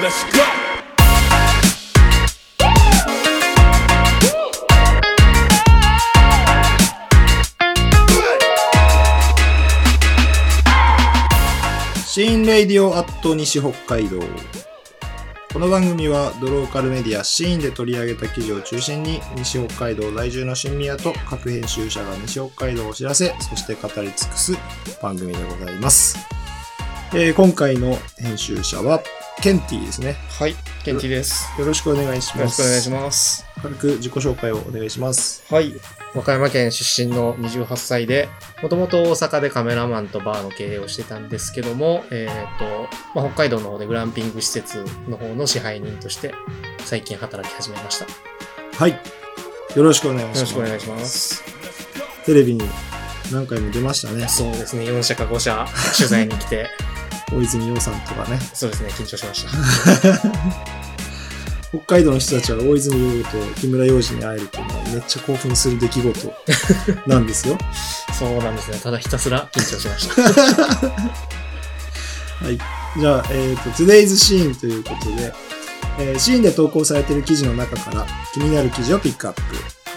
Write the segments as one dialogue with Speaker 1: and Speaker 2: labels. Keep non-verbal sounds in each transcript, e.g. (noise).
Speaker 1: let's go.
Speaker 2: 新レイディオアット西北海道この番組はドローカルメディアシーンで取り上げた記事を中心に西北海道在住の新宮と各編集者が西北海道を知らせそして語り尽くす番組でございます、えー今回の編集者はケンティーですね
Speaker 3: はい、ケンティです。
Speaker 2: よろしくお願いし
Speaker 3: よろ
Speaker 2: ま
Speaker 3: し
Speaker 2: す
Speaker 3: くお願いします。
Speaker 2: 軽く自己紹介をお願いします
Speaker 3: はい、和歌山県出身の28歳で、もともと大阪でカメラマンとバーの経営をしてたんですけども、えっ、と、まあ、北海道の方でグランピング施設の方の支配人として、最近働き始めました。よ
Speaker 2: はいよろしくお願いします
Speaker 3: ろしくお願いします。
Speaker 2: テレビに何回も出ましたね
Speaker 3: そうですね、4社か5社 (laughs) 取材に来て、
Speaker 2: 大泉洋さんとかね
Speaker 3: そうですね、緊張しました。
Speaker 2: 北海道の人たちは大泉洋と木村洋二に会えるっていうのはめっちゃ興奮する出来事なんですよ。 (laughs)
Speaker 3: そうなんですね、ただひたすら緊張しました。 (laughs)
Speaker 2: じゃあ、えっ、と、Today's Scene ということで、えーシーンで投稿されている記事の中から気になる記事をピックアップ。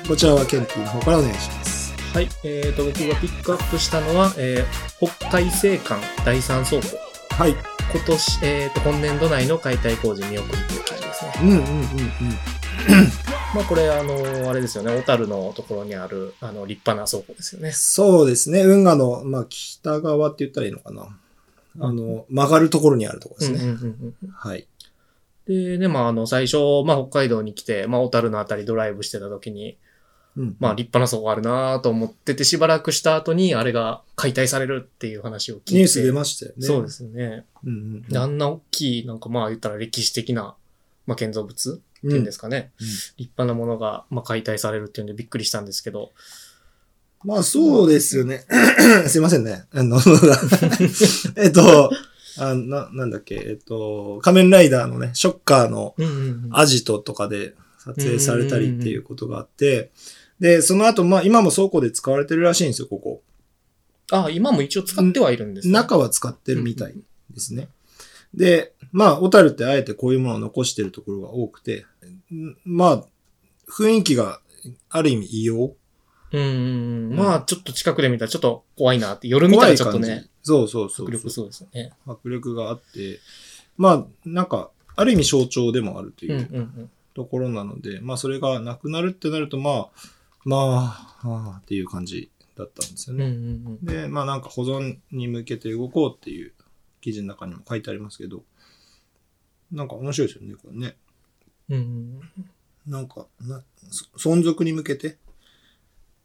Speaker 2: こちらはケンティの方からお願いします。
Speaker 3: はい、えー、と、僕がピックアップしたのは、えー北海青館第3倉庫。
Speaker 2: はい。
Speaker 3: 今年、えー、と今年度内の解体工事見送りという感じですね。
Speaker 2: うんうんうんうん。
Speaker 3: まあこれ、あのーあれですよね、小樽のところにある、あの、立派な倉庫ですよね。
Speaker 2: そうですね。運河の、まあ、北側って言ったらいいのかな。あの、曲がるところにあるところですね。
Speaker 3: うんうんうんうん
Speaker 2: はい。
Speaker 3: で、ね、まあ、あの、最初、まあ、北海道に来て、まあ、小樽のあたりドライブしてた時に、
Speaker 2: うん
Speaker 3: まあ、立派な倉庫あるなぁと思ってて、しばらくした後に、あれが解体されるっていう話を聞いて。
Speaker 2: ニュース出ましたよね。。
Speaker 3: そうですすよね。
Speaker 2: うんうん
Speaker 3: であんな大きい、なんかまあ、言ったら歴史的な、まあ、建造物
Speaker 2: う
Speaker 3: っ
Speaker 2: ん。
Speaker 3: ていうん
Speaker 2: ん
Speaker 3: ですかね、
Speaker 2: うん
Speaker 3: 立派なものが、まあ、解体されるっていうんでびっくりしたんですけど、
Speaker 2: まあそうですよね。すいませんね。あの、 (laughs) 喉がえっと、あな、なんだっけ、えっと、仮面ライダーのね、ショッカーの
Speaker 3: うんうんうん
Speaker 2: アジトとかで撮影されたりっていうことがあって、で、その後、まあ今も倉庫で使われてるらしいんですよ、ここ。
Speaker 3: あ、今も一応使ってはいるんですね。
Speaker 2: 中は使ってるみたいですね。で、まあ、小樽ってあえてこういうものを残してるところが多くて、んまあ、雰囲気がある意味異様。
Speaker 3: うんうんうん。まあ、ちょっと近くで見たらちょっと怖いなって、夜見たらちょっと
Speaker 2: 怖い
Speaker 3: ね、
Speaker 2: そうそうそうそう。
Speaker 3: 迫力そうですよね。
Speaker 2: 迫力があって、まあ、なんか、ある意味象徴でもあると
Speaker 3: うん
Speaker 2: い
Speaker 3: うん
Speaker 2: う
Speaker 3: うん。
Speaker 2: ところなので、まあ、それがなくなるってなると、まあ、まあ、はあっていう感じだったんですよ
Speaker 3: うんう
Speaker 2: ね。
Speaker 3: ん
Speaker 2: で、まあ、なんか保存に向けて動こうっていう記事の中にも書いてありますけど、なんか面白いですよね、これね。
Speaker 3: うん。うん
Speaker 2: なんか、なそ存続に向けて、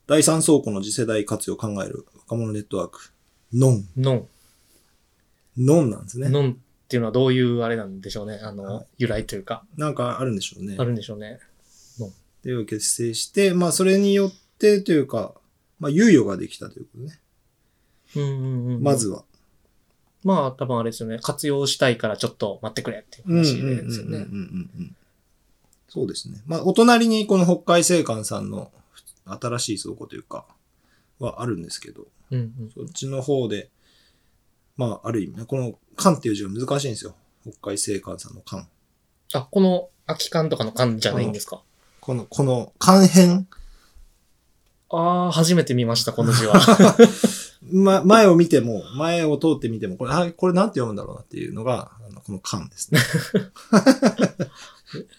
Speaker 2: 第三倉庫の次世代活用を考える若者ネットワーク、ノン。
Speaker 3: うん。ノ
Speaker 2: ノンなんです
Speaker 3: ン。
Speaker 2: ね。
Speaker 3: ノンっていうのはどういうあれなんでしょうね。あ
Speaker 2: は
Speaker 3: の、由来というか、
Speaker 2: なんかあるんでしょうね。
Speaker 3: あるんでしょうね。
Speaker 2: でを結成して、まあそれによってというか、まあ猶予ができたということね。
Speaker 3: うんうんうん。
Speaker 2: ま。ずは。
Speaker 3: まあ、多分あれですよね。活用したいからちょっと待ってくれっていう
Speaker 2: うんうん
Speaker 3: 話
Speaker 2: うんうん
Speaker 3: ですよ
Speaker 2: うんう
Speaker 3: ね。
Speaker 2: んそうですね。まあお隣にこの北海青館さんの新しい倉庫というか、はあるんですけど、
Speaker 3: うんうん。
Speaker 2: そっちの方で、まあある意味ね、この館っていう字が難しいんですよ。北海青館さんの館。
Speaker 3: あ、この空き缶とかの缶じゃないんですか
Speaker 2: この、この館編、
Speaker 3: ああー、初めて見ました、この字
Speaker 2: (laughs)
Speaker 3: は。
Speaker 2: ま、前を見ても、前を通ってみても、これ、あこれなんて読むんだろうなっていうのが、あのこの館ですね。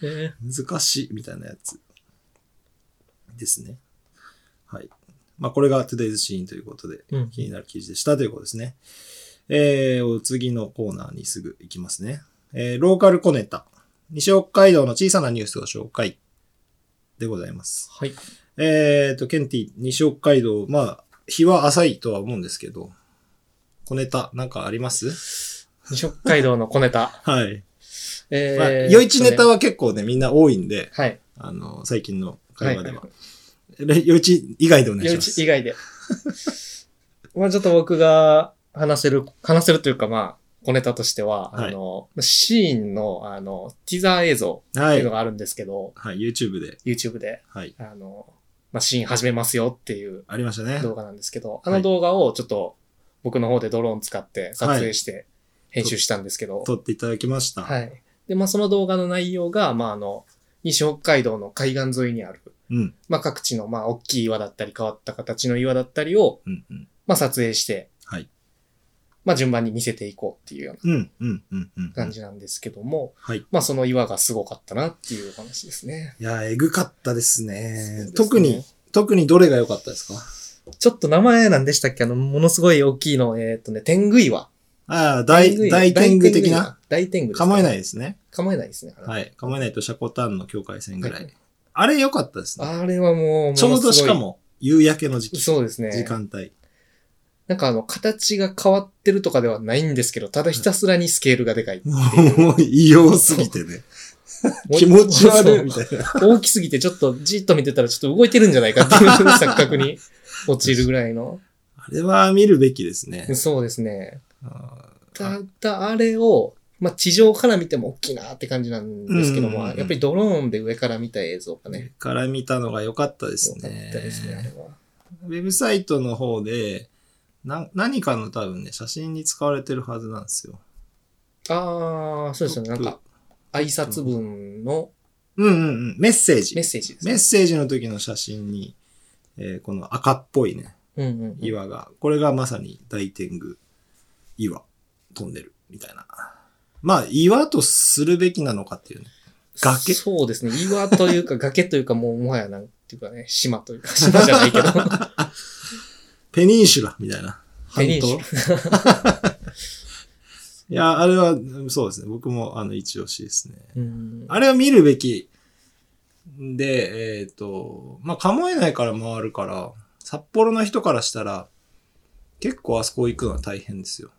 Speaker 3: え
Speaker 2: 難しいみたいなやつですね。はい。まあ、これが Today's Scene ということで、
Speaker 3: ーうん
Speaker 2: 気になる記事でしたということですね。えー、お次のコーナーにすぐ行きますね。えー、ローカルコネタ。西北海道の小さなニュースを紹介でございます。
Speaker 3: はい。
Speaker 2: えーと、ケンティ、西北海道、まあ、日は浅いとは思うんですけど、小ネタなんかあります
Speaker 3: 西北海道の小ネタ。
Speaker 2: (laughs) はい。
Speaker 3: え
Speaker 2: まあ、
Speaker 3: ー
Speaker 2: 余市ネタは結構ね、みんな多いんで、
Speaker 3: はい。
Speaker 2: あの、最近の会話では。
Speaker 3: はい
Speaker 2: れ余市以外でお願いし
Speaker 3: 夜
Speaker 2: ま
Speaker 3: 市
Speaker 2: す。
Speaker 3: 以外で。 (laughs) まあちょっと僕が話せる、話せるというかまあ、小ネタとしては、
Speaker 2: はい
Speaker 3: あの、シーンの、あの、ティザー映像っ
Speaker 2: は
Speaker 3: ていう
Speaker 2: い
Speaker 3: の。があるんですけど、
Speaker 2: はい、YouTube で。
Speaker 3: YouTube で、
Speaker 2: はい。
Speaker 3: あの、まあ、シーン始めますよっていう
Speaker 2: ありましたね。
Speaker 3: 動画なんですけど、あ
Speaker 2: は
Speaker 3: の
Speaker 2: い
Speaker 3: 動画をちょっと僕の方でドローン使って撮影して編集したんですけど、
Speaker 2: 撮っていただきました。
Speaker 3: はい。で、まあ、その動画の内容が、まあ、あの、西北海道の海岸沿いにある、
Speaker 2: うん。
Speaker 3: まあ、各地の、まあ、大きい岩だったり、変わった形の岩だったりを、
Speaker 2: うん。うん。
Speaker 3: まあ、撮影して、
Speaker 2: はい。
Speaker 3: まあ、順番に見せていこうっていうよう
Speaker 2: うん。うん。うん。うん。
Speaker 3: な感じなんですけども、
Speaker 2: はい。
Speaker 3: まあ、その岩がすごかったなっていうお話ですね。
Speaker 2: いや、えぐかったですね。
Speaker 3: そうですね
Speaker 2: 特に、特にどれが良かったですか
Speaker 3: ちょっと名前なんでしたっけあの、ものすごい大きいの、えーっとね、天狗岩。
Speaker 2: ああ、大、大天狗的な。
Speaker 3: 大天狗。
Speaker 2: 構えない
Speaker 3: い。
Speaker 2: ですね。
Speaker 3: 構えないですね。い。
Speaker 2: はい。構えないとシャコタンの境界線ぐら
Speaker 3: はいい。
Speaker 2: あれ良かったですね。
Speaker 3: あれはもう、
Speaker 2: ちょうどしか
Speaker 3: もの
Speaker 2: も、夕焼けの時
Speaker 3: すごい。
Speaker 2: 期。
Speaker 3: そうですね。
Speaker 2: 時間帯。
Speaker 3: なんかあの、形が変わってるとかではないんですけど、ただひたすらにスケールがでかい。
Speaker 2: もう、異様すぎてね。
Speaker 3: もう
Speaker 2: (laughs) 気持ち悪
Speaker 3: そ
Speaker 2: い、
Speaker 3: う
Speaker 2: みたいな。
Speaker 3: 大きすぎて、ちょっとじっと見てたら、ちょっと動いてるんじゃないかっていう
Speaker 2: (laughs)
Speaker 3: 錯覚に陥るぐらいの。
Speaker 2: あれは見るべきですね。
Speaker 3: そうですね。
Speaker 2: あ
Speaker 3: ただ、あれを、まあ、地上から見ても大きいなって感じなんですけど
Speaker 2: うん
Speaker 3: も、
Speaker 2: うんうん
Speaker 3: やっぱりドローンで上から見た映像
Speaker 2: ー
Speaker 3: がね、
Speaker 2: から見たのが良かったです
Speaker 3: 良かったですね、あれ
Speaker 2: ね。
Speaker 3: は。
Speaker 2: ウェブサイトの方で、な何かの多分ね、写真に使われてるはずなんですよ。
Speaker 3: ああ、そうですよね。なんか、挨拶文の
Speaker 2: うんうんうん。メッセージ
Speaker 3: メッ。セージです、
Speaker 2: メ
Speaker 3: ね
Speaker 2: ッ。セージの時の写真に、えーこの赤っぽいね、
Speaker 3: うんうんうん。
Speaker 2: 岩が、これがまさに大天狗、岩、飛んでる、みたいな。まあ、岩とするべきなのかっていうね。崖
Speaker 3: そうですね。岩という
Speaker 2: (laughs)
Speaker 3: か、崖というか、もうもはやなんていうかね、島というか、島じゃないけ
Speaker 2: (laughs)
Speaker 3: ど。
Speaker 2: ペニンシュラ、みたいな。半
Speaker 3: ペニンシ
Speaker 2: 島。
Speaker 3: (laughs)
Speaker 2: いや、あれは、うんそうですね。僕も、あの、一押しですね。
Speaker 3: うん
Speaker 2: あれは見るべき。で、えっ、と、まあ、構えないから回るから、札幌の人からしたら、結構あそこ行くのは大変ですよ。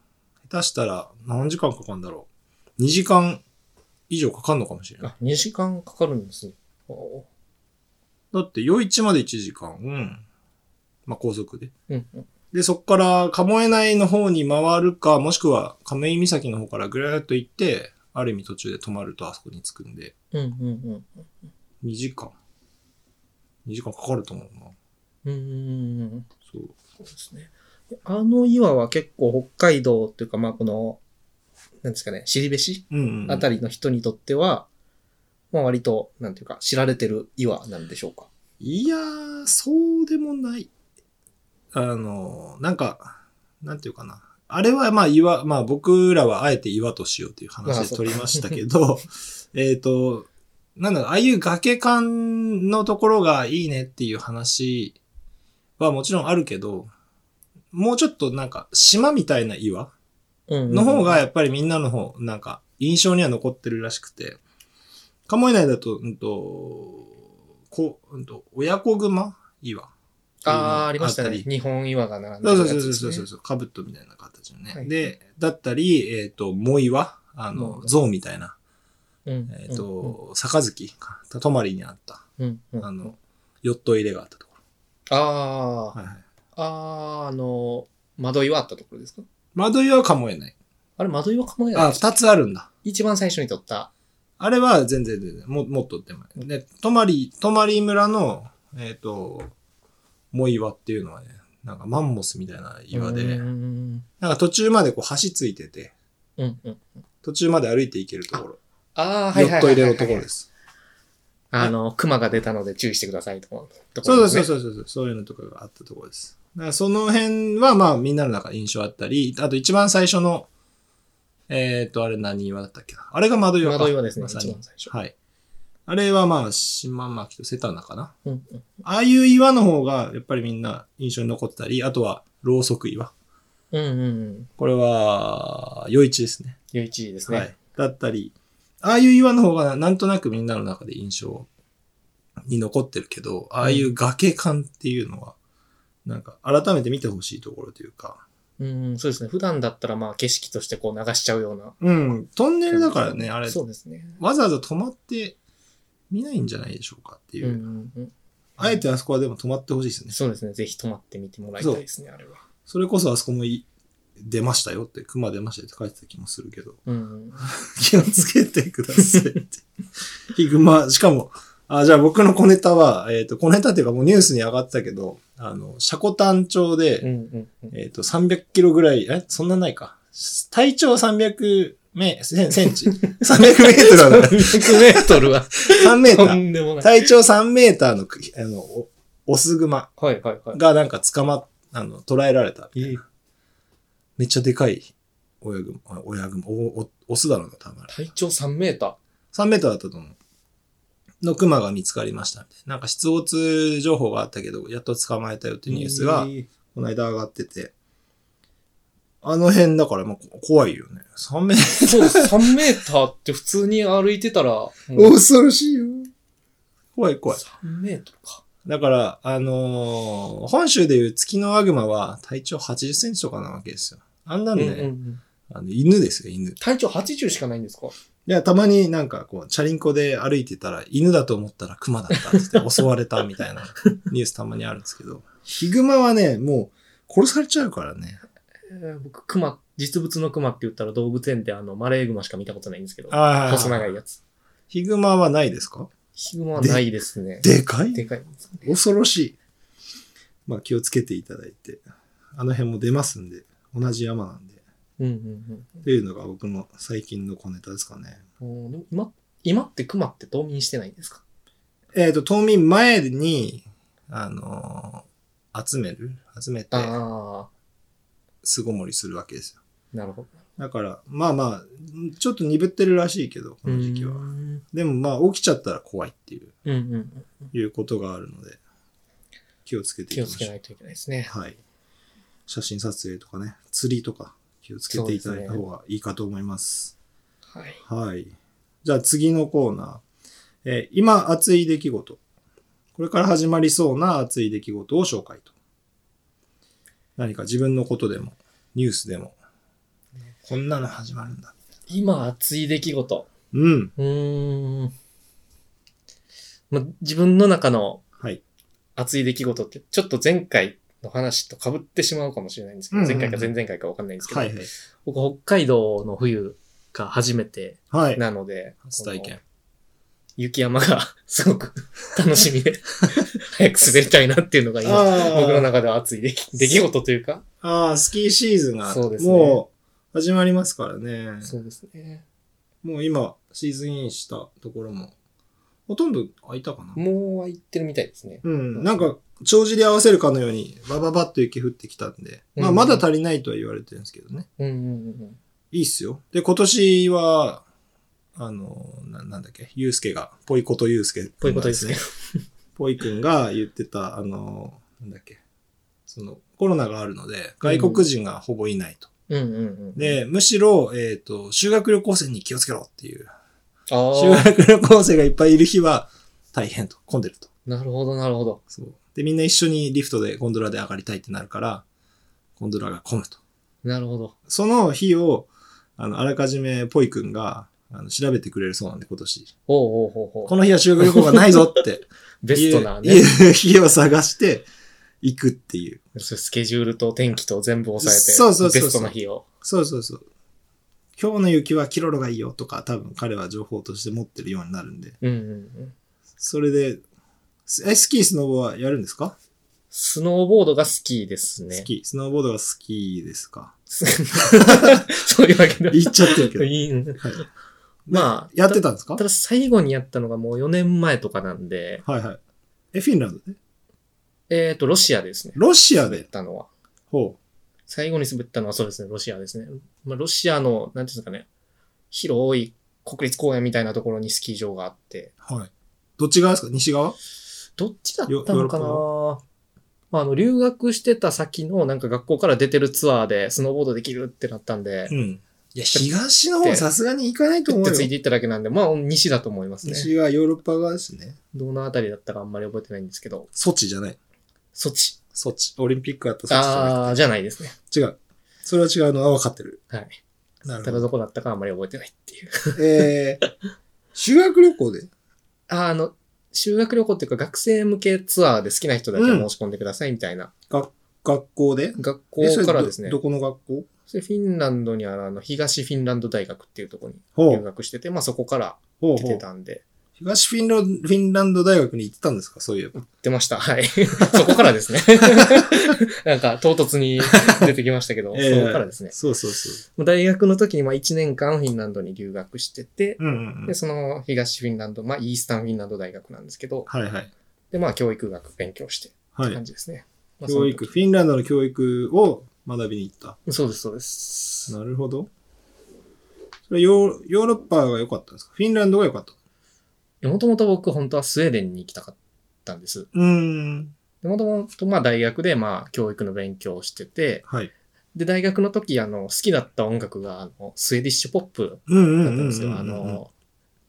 Speaker 2: 下手したら何時間かかるんだろう。2時間以上かかるのかもしれない。
Speaker 3: あ、2時間かかるんですね。おー
Speaker 2: だって、余市まで1時間、うん。まあ、高速で。
Speaker 3: うんうん。
Speaker 2: で、そこから、鴨江内の方に回るか、もしくは、亀井岬の方からぐらーっと行って、ある意味途中で止まるとあそこに着くんで、
Speaker 3: うんうん
Speaker 2: 2時間。2時間かかると思うな。
Speaker 3: うん。うんうんうん。
Speaker 2: そう。
Speaker 3: そうですね。あの岩は結構北海道っていうか、まあこの、なんですかね、尻べし
Speaker 2: うん、うん。
Speaker 3: あたりの人にとっては、まあ割と、なんていうか、知られてる岩なんでしょうか。
Speaker 2: いやー、そうでもない。あの、なんか、なんていうかな。あれはまあ岩、まあ僕らはあえて岩としようという
Speaker 3: まあ
Speaker 2: 話
Speaker 3: そ
Speaker 2: で取
Speaker 3: うか
Speaker 2: りましたけ
Speaker 3: (laughs)
Speaker 2: ど、えっと、なんだろう、ああいう崖感のところがいいねっていう話はもちろんあるけど、もうちょっとなんか島みたいな岩
Speaker 3: うんうんうん
Speaker 2: の方が、やっぱりみんなの方、なんか印象には残ってるらしくて、カモイ内だと、うんと、こうんと、親子熊岩。
Speaker 3: ああ、ありました
Speaker 2: あ
Speaker 3: ね。
Speaker 2: ったり
Speaker 3: 日本岩が並んで
Speaker 2: そう
Speaker 3: る
Speaker 2: そうそう
Speaker 3: やつです、ね。
Speaker 2: そうそうそう、かぶとみたいな形のね。
Speaker 3: はい
Speaker 2: で、だったり、えっ、と、藻岩、あ
Speaker 3: 藻
Speaker 2: の、
Speaker 3: 岩
Speaker 2: 象みたいな、
Speaker 3: うん
Speaker 2: えっ、、と、杯か、泊まりにあった、
Speaker 3: うんうん、
Speaker 2: あの、ヨット入れがあったとこ
Speaker 3: あ
Speaker 2: ろ。
Speaker 3: あ、
Speaker 2: はいはい。
Speaker 3: あーあの、窓岩あったところですか
Speaker 2: 窓岩はカモイ内。
Speaker 3: あれ、窓岩かもや
Speaker 2: あ、二つあるんだ。
Speaker 3: 一番最初に撮った。
Speaker 2: あれは全然全然、ももっと手前。で、泊まり、泊まり村の、えっ、と、藻岩っていうのはね、なんかマンモスみたいな岩で、
Speaker 3: うん、
Speaker 2: なんか途中までこう橋ついてて、
Speaker 3: うん、うん。
Speaker 2: 途中まで歩いていけるところ。
Speaker 3: ああ、はい
Speaker 2: ヨ
Speaker 3: は
Speaker 2: ッ
Speaker 3: い
Speaker 2: ト
Speaker 3: はいはいはい。
Speaker 2: 入れのところです。
Speaker 3: あの、熊が出たので注意してくださいとか。
Speaker 2: そうそううそうそうそう、そういうのとかがあったところです。だからその辺はまあみんなの中で印象あったり、あと一番最初の、えっ、と、あれ何岩だったっけな。あれが窓岩か
Speaker 3: 窓岩ですね
Speaker 2: まさに
Speaker 3: 一番最初
Speaker 2: はい。あれはまあ、島巻と瀬田中かな。
Speaker 3: うんうん。
Speaker 2: ああいう岩の方が、やっぱりみんな印象に残ってたり、あとは、ろうそく岩。
Speaker 3: うんうんうん。
Speaker 2: これは、余市ですね。
Speaker 3: 余一ですね。
Speaker 2: はい。だったり、ああいう岩の方が、なんとなくみんなの中で印象に残ってるけど、ああいう崖感っていうのは、なんか、改めて見てほしいところというか、
Speaker 3: うん、そうですね。普段だったら、まあ、景色としてこう流しちゃうような。
Speaker 2: うん、トンネルだからね、あれ、
Speaker 3: そうですね。
Speaker 2: わざわざ止まって見ないんじゃないでしょうかっていうう。
Speaker 3: んうんうん。
Speaker 2: あえてあそこはでも止まってほしいですね。
Speaker 3: そうですね。ぜひ泊まってみてもらいたいですね、あれは。
Speaker 2: それこそあそこもい出ましたよって、熊出ましたよって書いてた気もするけど。
Speaker 3: うん。
Speaker 2: 気をつけてくださいって。 (laughs) ヒグマ、しかも、あじゃあ僕の小ネタは、えっ、と、小ネタっていうかもうニュースに上がってたけど、あの、シャコタン町で、
Speaker 3: うんうんうん。
Speaker 2: えっ、と、300キロぐらい、え、そんなないか。体長300メ、センセン
Speaker 3: (laughs)
Speaker 2: チ。300メートルはな
Speaker 3: 100メートルは、
Speaker 2: 3メータ
Speaker 3: と
Speaker 2: ー。
Speaker 3: んでも
Speaker 2: (laughs)
Speaker 3: ない。
Speaker 2: 体長3メーターのく、あの、おオスグマ
Speaker 3: はいはいはい。
Speaker 2: がなんか捕まっ、あの、捕らえられた。
Speaker 3: えー
Speaker 2: めっちゃでかい親グマ、親グマ、お、おオスだろうな、多分あれ。
Speaker 3: 体長3メータ
Speaker 2: 3メートルだったと思う。のクマが見つかりましたみたいな。なんか出没情報があったけど、やっと捕まえたよって
Speaker 3: ー。
Speaker 2: いうニュースが
Speaker 3: え、ー
Speaker 2: この間上がってて。あの辺だから、まあ、こ怖いよね。3メート
Speaker 3: そう、3メーターって普通に歩いてたら、もう
Speaker 2: ル。恐ろしいよ。怖い怖い。
Speaker 3: 3メートルか。
Speaker 2: だから、あのー本州でいう月のアグマは体長80センチとかなわけですよ。あんなんで、
Speaker 3: うんうんうん
Speaker 2: あの犬ですよ、犬。い
Speaker 3: 体長80しかないんですか
Speaker 2: や、たまになんかこう、チャリンコで歩いてたら、犬だと思ったら熊だったって言って襲われたみたいなニュースたまにあるんですけど、ヒグマはね、もう殺されちゃうからね。
Speaker 3: えー僕、熊、実物の熊って言ったら動物園ってあの、マレーグマしか見たことないんですけど、
Speaker 2: あ
Speaker 3: 細長いやつ。
Speaker 2: ヒグマはないですか
Speaker 3: ヒグマはないですね。
Speaker 2: でかい
Speaker 3: でかいですね。
Speaker 2: 恐ろしい。まあ気をつけていただいて、あの辺も出ますんで、同じ山なんで。
Speaker 3: うんうん
Speaker 2: というのが僕の最近の小ネタですかね。
Speaker 3: うんおー。でも今、今って熊って冬眠してないんですか
Speaker 2: えっ、と、冬眠前に、あのー集める集めて、
Speaker 3: あ
Speaker 2: 巣ごもりするわけですよ。
Speaker 3: あ、なるほど。
Speaker 2: だから、まあまあ、ちょっと鈍ってるらしいけど、この時期
Speaker 3: うー
Speaker 2: は。
Speaker 3: ん
Speaker 2: でもまあ、起きちゃったら怖いっていう、
Speaker 3: うんうん。
Speaker 2: いうことがあるので、気をつけていき
Speaker 3: 気を
Speaker 2: ま
Speaker 3: つ
Speaker 2: し
Speaker 3: け
Speaker 2: ょ
Speaker 3: な
Speaker 2: う。
Speaker 3: いといけないですね。
Speaker 2: はい。写真撮影とかね、釣りとか、気をつけていただいた方がいいかと思います。
Speaker 3: はい。
Speaker 2: はい。じゃあ次のコーナー。えー今熱い出来事。これから始まりそうな熱い出来事を紹介と。何か自分のことでも、ニュースでも、こんなの始まるんだ。
Speaker 3: 今、熱い出来事。
Speaker 2: うん。
Speaker 3: うーん。ま、自分の中の
Speaker 2: はい。
Speaker 3: 熱い出来事って、ちょっと前回の話と被ってしまうかもしれないんですけど、
Speaker 2: うんうんうん
Speaker 3: 前回か前々回かわかんないんですけど、
Speaker 2: はいはい。
Speaker 3: 僕、北海道の冬が初めて
Speaker 2: はい。
Speaker 3: なので、
Speaker 2: 初体験。
Speaker 3: 雪山が (laughs) すごく楽しみで、早く滑りたいなっていうのが今、僕の
Speaker 2: あー
Speaker 3: 中では熱い出来出来事というか、
Speaker 2: あー、スキーシーズンが
Speaker 3: そうですね
Speaker 2: もう始まりますからね。
Speaker 3: そうですね。
Speaker 2: もう今、シーズンインしたところも、ほとんど空いたかな。
Speaker 3: もう行ってるみたいですね。
Speaker 2: うん、なんか、帳尻合わせるかのように、バババッと雪降ってきたんで、まあ、
Speaker 3: うん
Speaker 2: まだ足りないとは言われてるんですけどね。
Speaker 3: うんうんうん
Speaker 2: いいっすよ。で、今年は、あの、ななんだっけ、ゆうすけが、ぽいことゆうすけ。
Speaker 3: ぽいことですね。
Speaker 2: ぽいくんが言ってた、あの、なんだっけ、その、コロナがあるので、外国人がほぼいないと。
Speaker 3: うん。うんうんうん。
Speaker 2: で、むしろ、えっ、と、修学旅行生に気をつけろっていう。
Speaker 3: ああ
Speaker 2: 修
Speaker 3: ー、
Speaker 2: 学旅行生がいっぱいいる日は、大変と、混んでると。
Speaker 3: なるほどなるほど。
Speaker 2: そう。で、みんな一緒にリフトでゴンドラで上がりたいってなるから、ゴンドラが混むと。
Speaker 3: なるほど。
Speaker 2: その日を、あの、あらかじめぽいくんが、あの、調べてくれるそうなんで、今年。
Speaker 3: おうおうほうほう。
Speaker 2: この日は修学旅行がないぞって。
Speaker 3: (laughs) ベストな
Speaker 2: いう
Speaker 3: ね。
Speaker 2: いう日を探して、行くっていう。
Speaker 3: そうスケジュールと天気と全部押さえて、
Speaker 2: そうそうそうそう
Speaker 3: ベストな日を。
Speaker 2: そうそうそう。今日の雪はキロロがいいよとか、多分彼は情報として持ってるようになるんで。
Speaker 3: うんうんうん。
Speaker 2: それで、すえ、スキー、スノボはやるんですか、
Speaker 3: スノーボードが好きですね。
Speaker 2: スキー、スノーボードが好きですか
Speaker 3: (laughs) そういうわけでは。
Speaker 2: 言っちゃってる
Speaker 3: (laughs)
Speaker 2: けど。
Speaker 3: いいね
Speaker 2: はい、
Speaker 3: まあ、
Speaker 2: やってたんですか
Speaker 3: ただ最後にやったのがもう4年前とかなんで、
Speaker 2: はいはい。え、フィンランドで
Speaker 3: えっ、と、ロシアですね。
Speaker 2: ロシア
Speaker 3: 滑っ
Speaker 2: で
Speaker 3: たのは。
Speaker 2: ほ
Speaker 3: 最後に滑ったのはそうですね、ロシアですね。まあ、ロシアの、なんていうんですかね、広い国立公園みたいなところにスキー場があって、
Speaker 2: う。はい。どっち側ですか西側
Speaker 3: どっちだったのかな
Speaker 2: ヨヨー
Speaker 3: まあ、あの、留学してた先の、なんか学校から出てるツアーで、スノーボードできるってなったんで、
Speaker 2: ん。いや、東の方さすがに行かないと
Speaker 3: 打っ
Speaker 2: 思う
Speaker 3: てつい
Speaker 2: よ。
Speaker 3: ていっただけなんで、まあ、西だと思いますね。
Speaker 2: 西側、ヨーロッパ側ですね。
Speaker 3: どのあたりだったかあんまり覚えてないんですけど、
Speaker 2: ソチじゃない。
Speaker 3: そっち。
Speaker 2: ソチ。オリンピックあったソチじゃ
Speaker 3: ああ、じゃないですね。
Speaker 2: ない。違う。それは違うのは分かってる。
Speaker 3: はい。
Speaker 2: な
Speaker 3: ただ。どこだったかあんまり覚えてないっていう。
Speaker 2: えー、 (laughs) 修学旅行で
Speaker 3: ああの、修学旅行っていうか学生向けツアーで好きな人だけ申し込んでくださいみたいな。
Speaker 2: 学学校で
Speaker 3: 学
Speaker 2: えそれ
Speaker 3: 校からですね。
Speaker 2: どどこの学校
Speaker 3: それフィンランドにあるあの東フィンランド大学っていうところに
Speaker 2: ほ
Speaker 3: 留。学してて、まあそこから
Speaker 2: ほう
Speaker 3: 出
Speaker 2: ほ
Speaker 3: て
Speaker 2: う。
Speaker 3: たんで、
Speaker 2: 東フィンロフィンランド大学に行ってたんですかそういえば。
Speaker 3: 出ました。はい。 (laughs) そこからですね。 (laughs) なんか、唐突に出てきましたけど、
Speaker 2: (laughs) ええ
Speaker 3: そこからですね。
Speaker 2: そうそうそ
Speaker 3: もう大学の時に、まあ、1年間フィンランドに留学してて、
Speaker 2: う。うんうんうん
Speaker 3: で、。その東フィンランド、まあ、イースタンフィンランド大学なんですけど、
Speaker 2: はいはい。
Speaker 3: で、まあ、教育学勉強して、
Speaker 2: は
Speaker 3: 感
Speaker 2: い。
Speaker 3: じですね。まあ
Speaker 2: 教育、。フィンランドの教育を学びに行った。
Speaker 3: その時そうです、そうです。
Speaker 2: なるほど。それヨーヨーロッパが良かったんですかフィンランドが良かった。
Speaker 3: もともと僕、本当はスウェーデンに行きたかったんです。
Speaker 2: うーん。
Speaker 3: もともと、まあ、大学で、まあ、教育の勉強をしてて、
Speaker 2: はい。
Speaker 3: で、大学の時、あの、好きだった音楽が、あの、スウェーディッシュポップ
Speaker 2: うんうん
Speaker 3: だ
Speaker 2: う
Speaker 3: っ
Speaker 2: ん
Speaker 3: た
Speaker 2: うんん。
Speaker 3: ですよ。あの、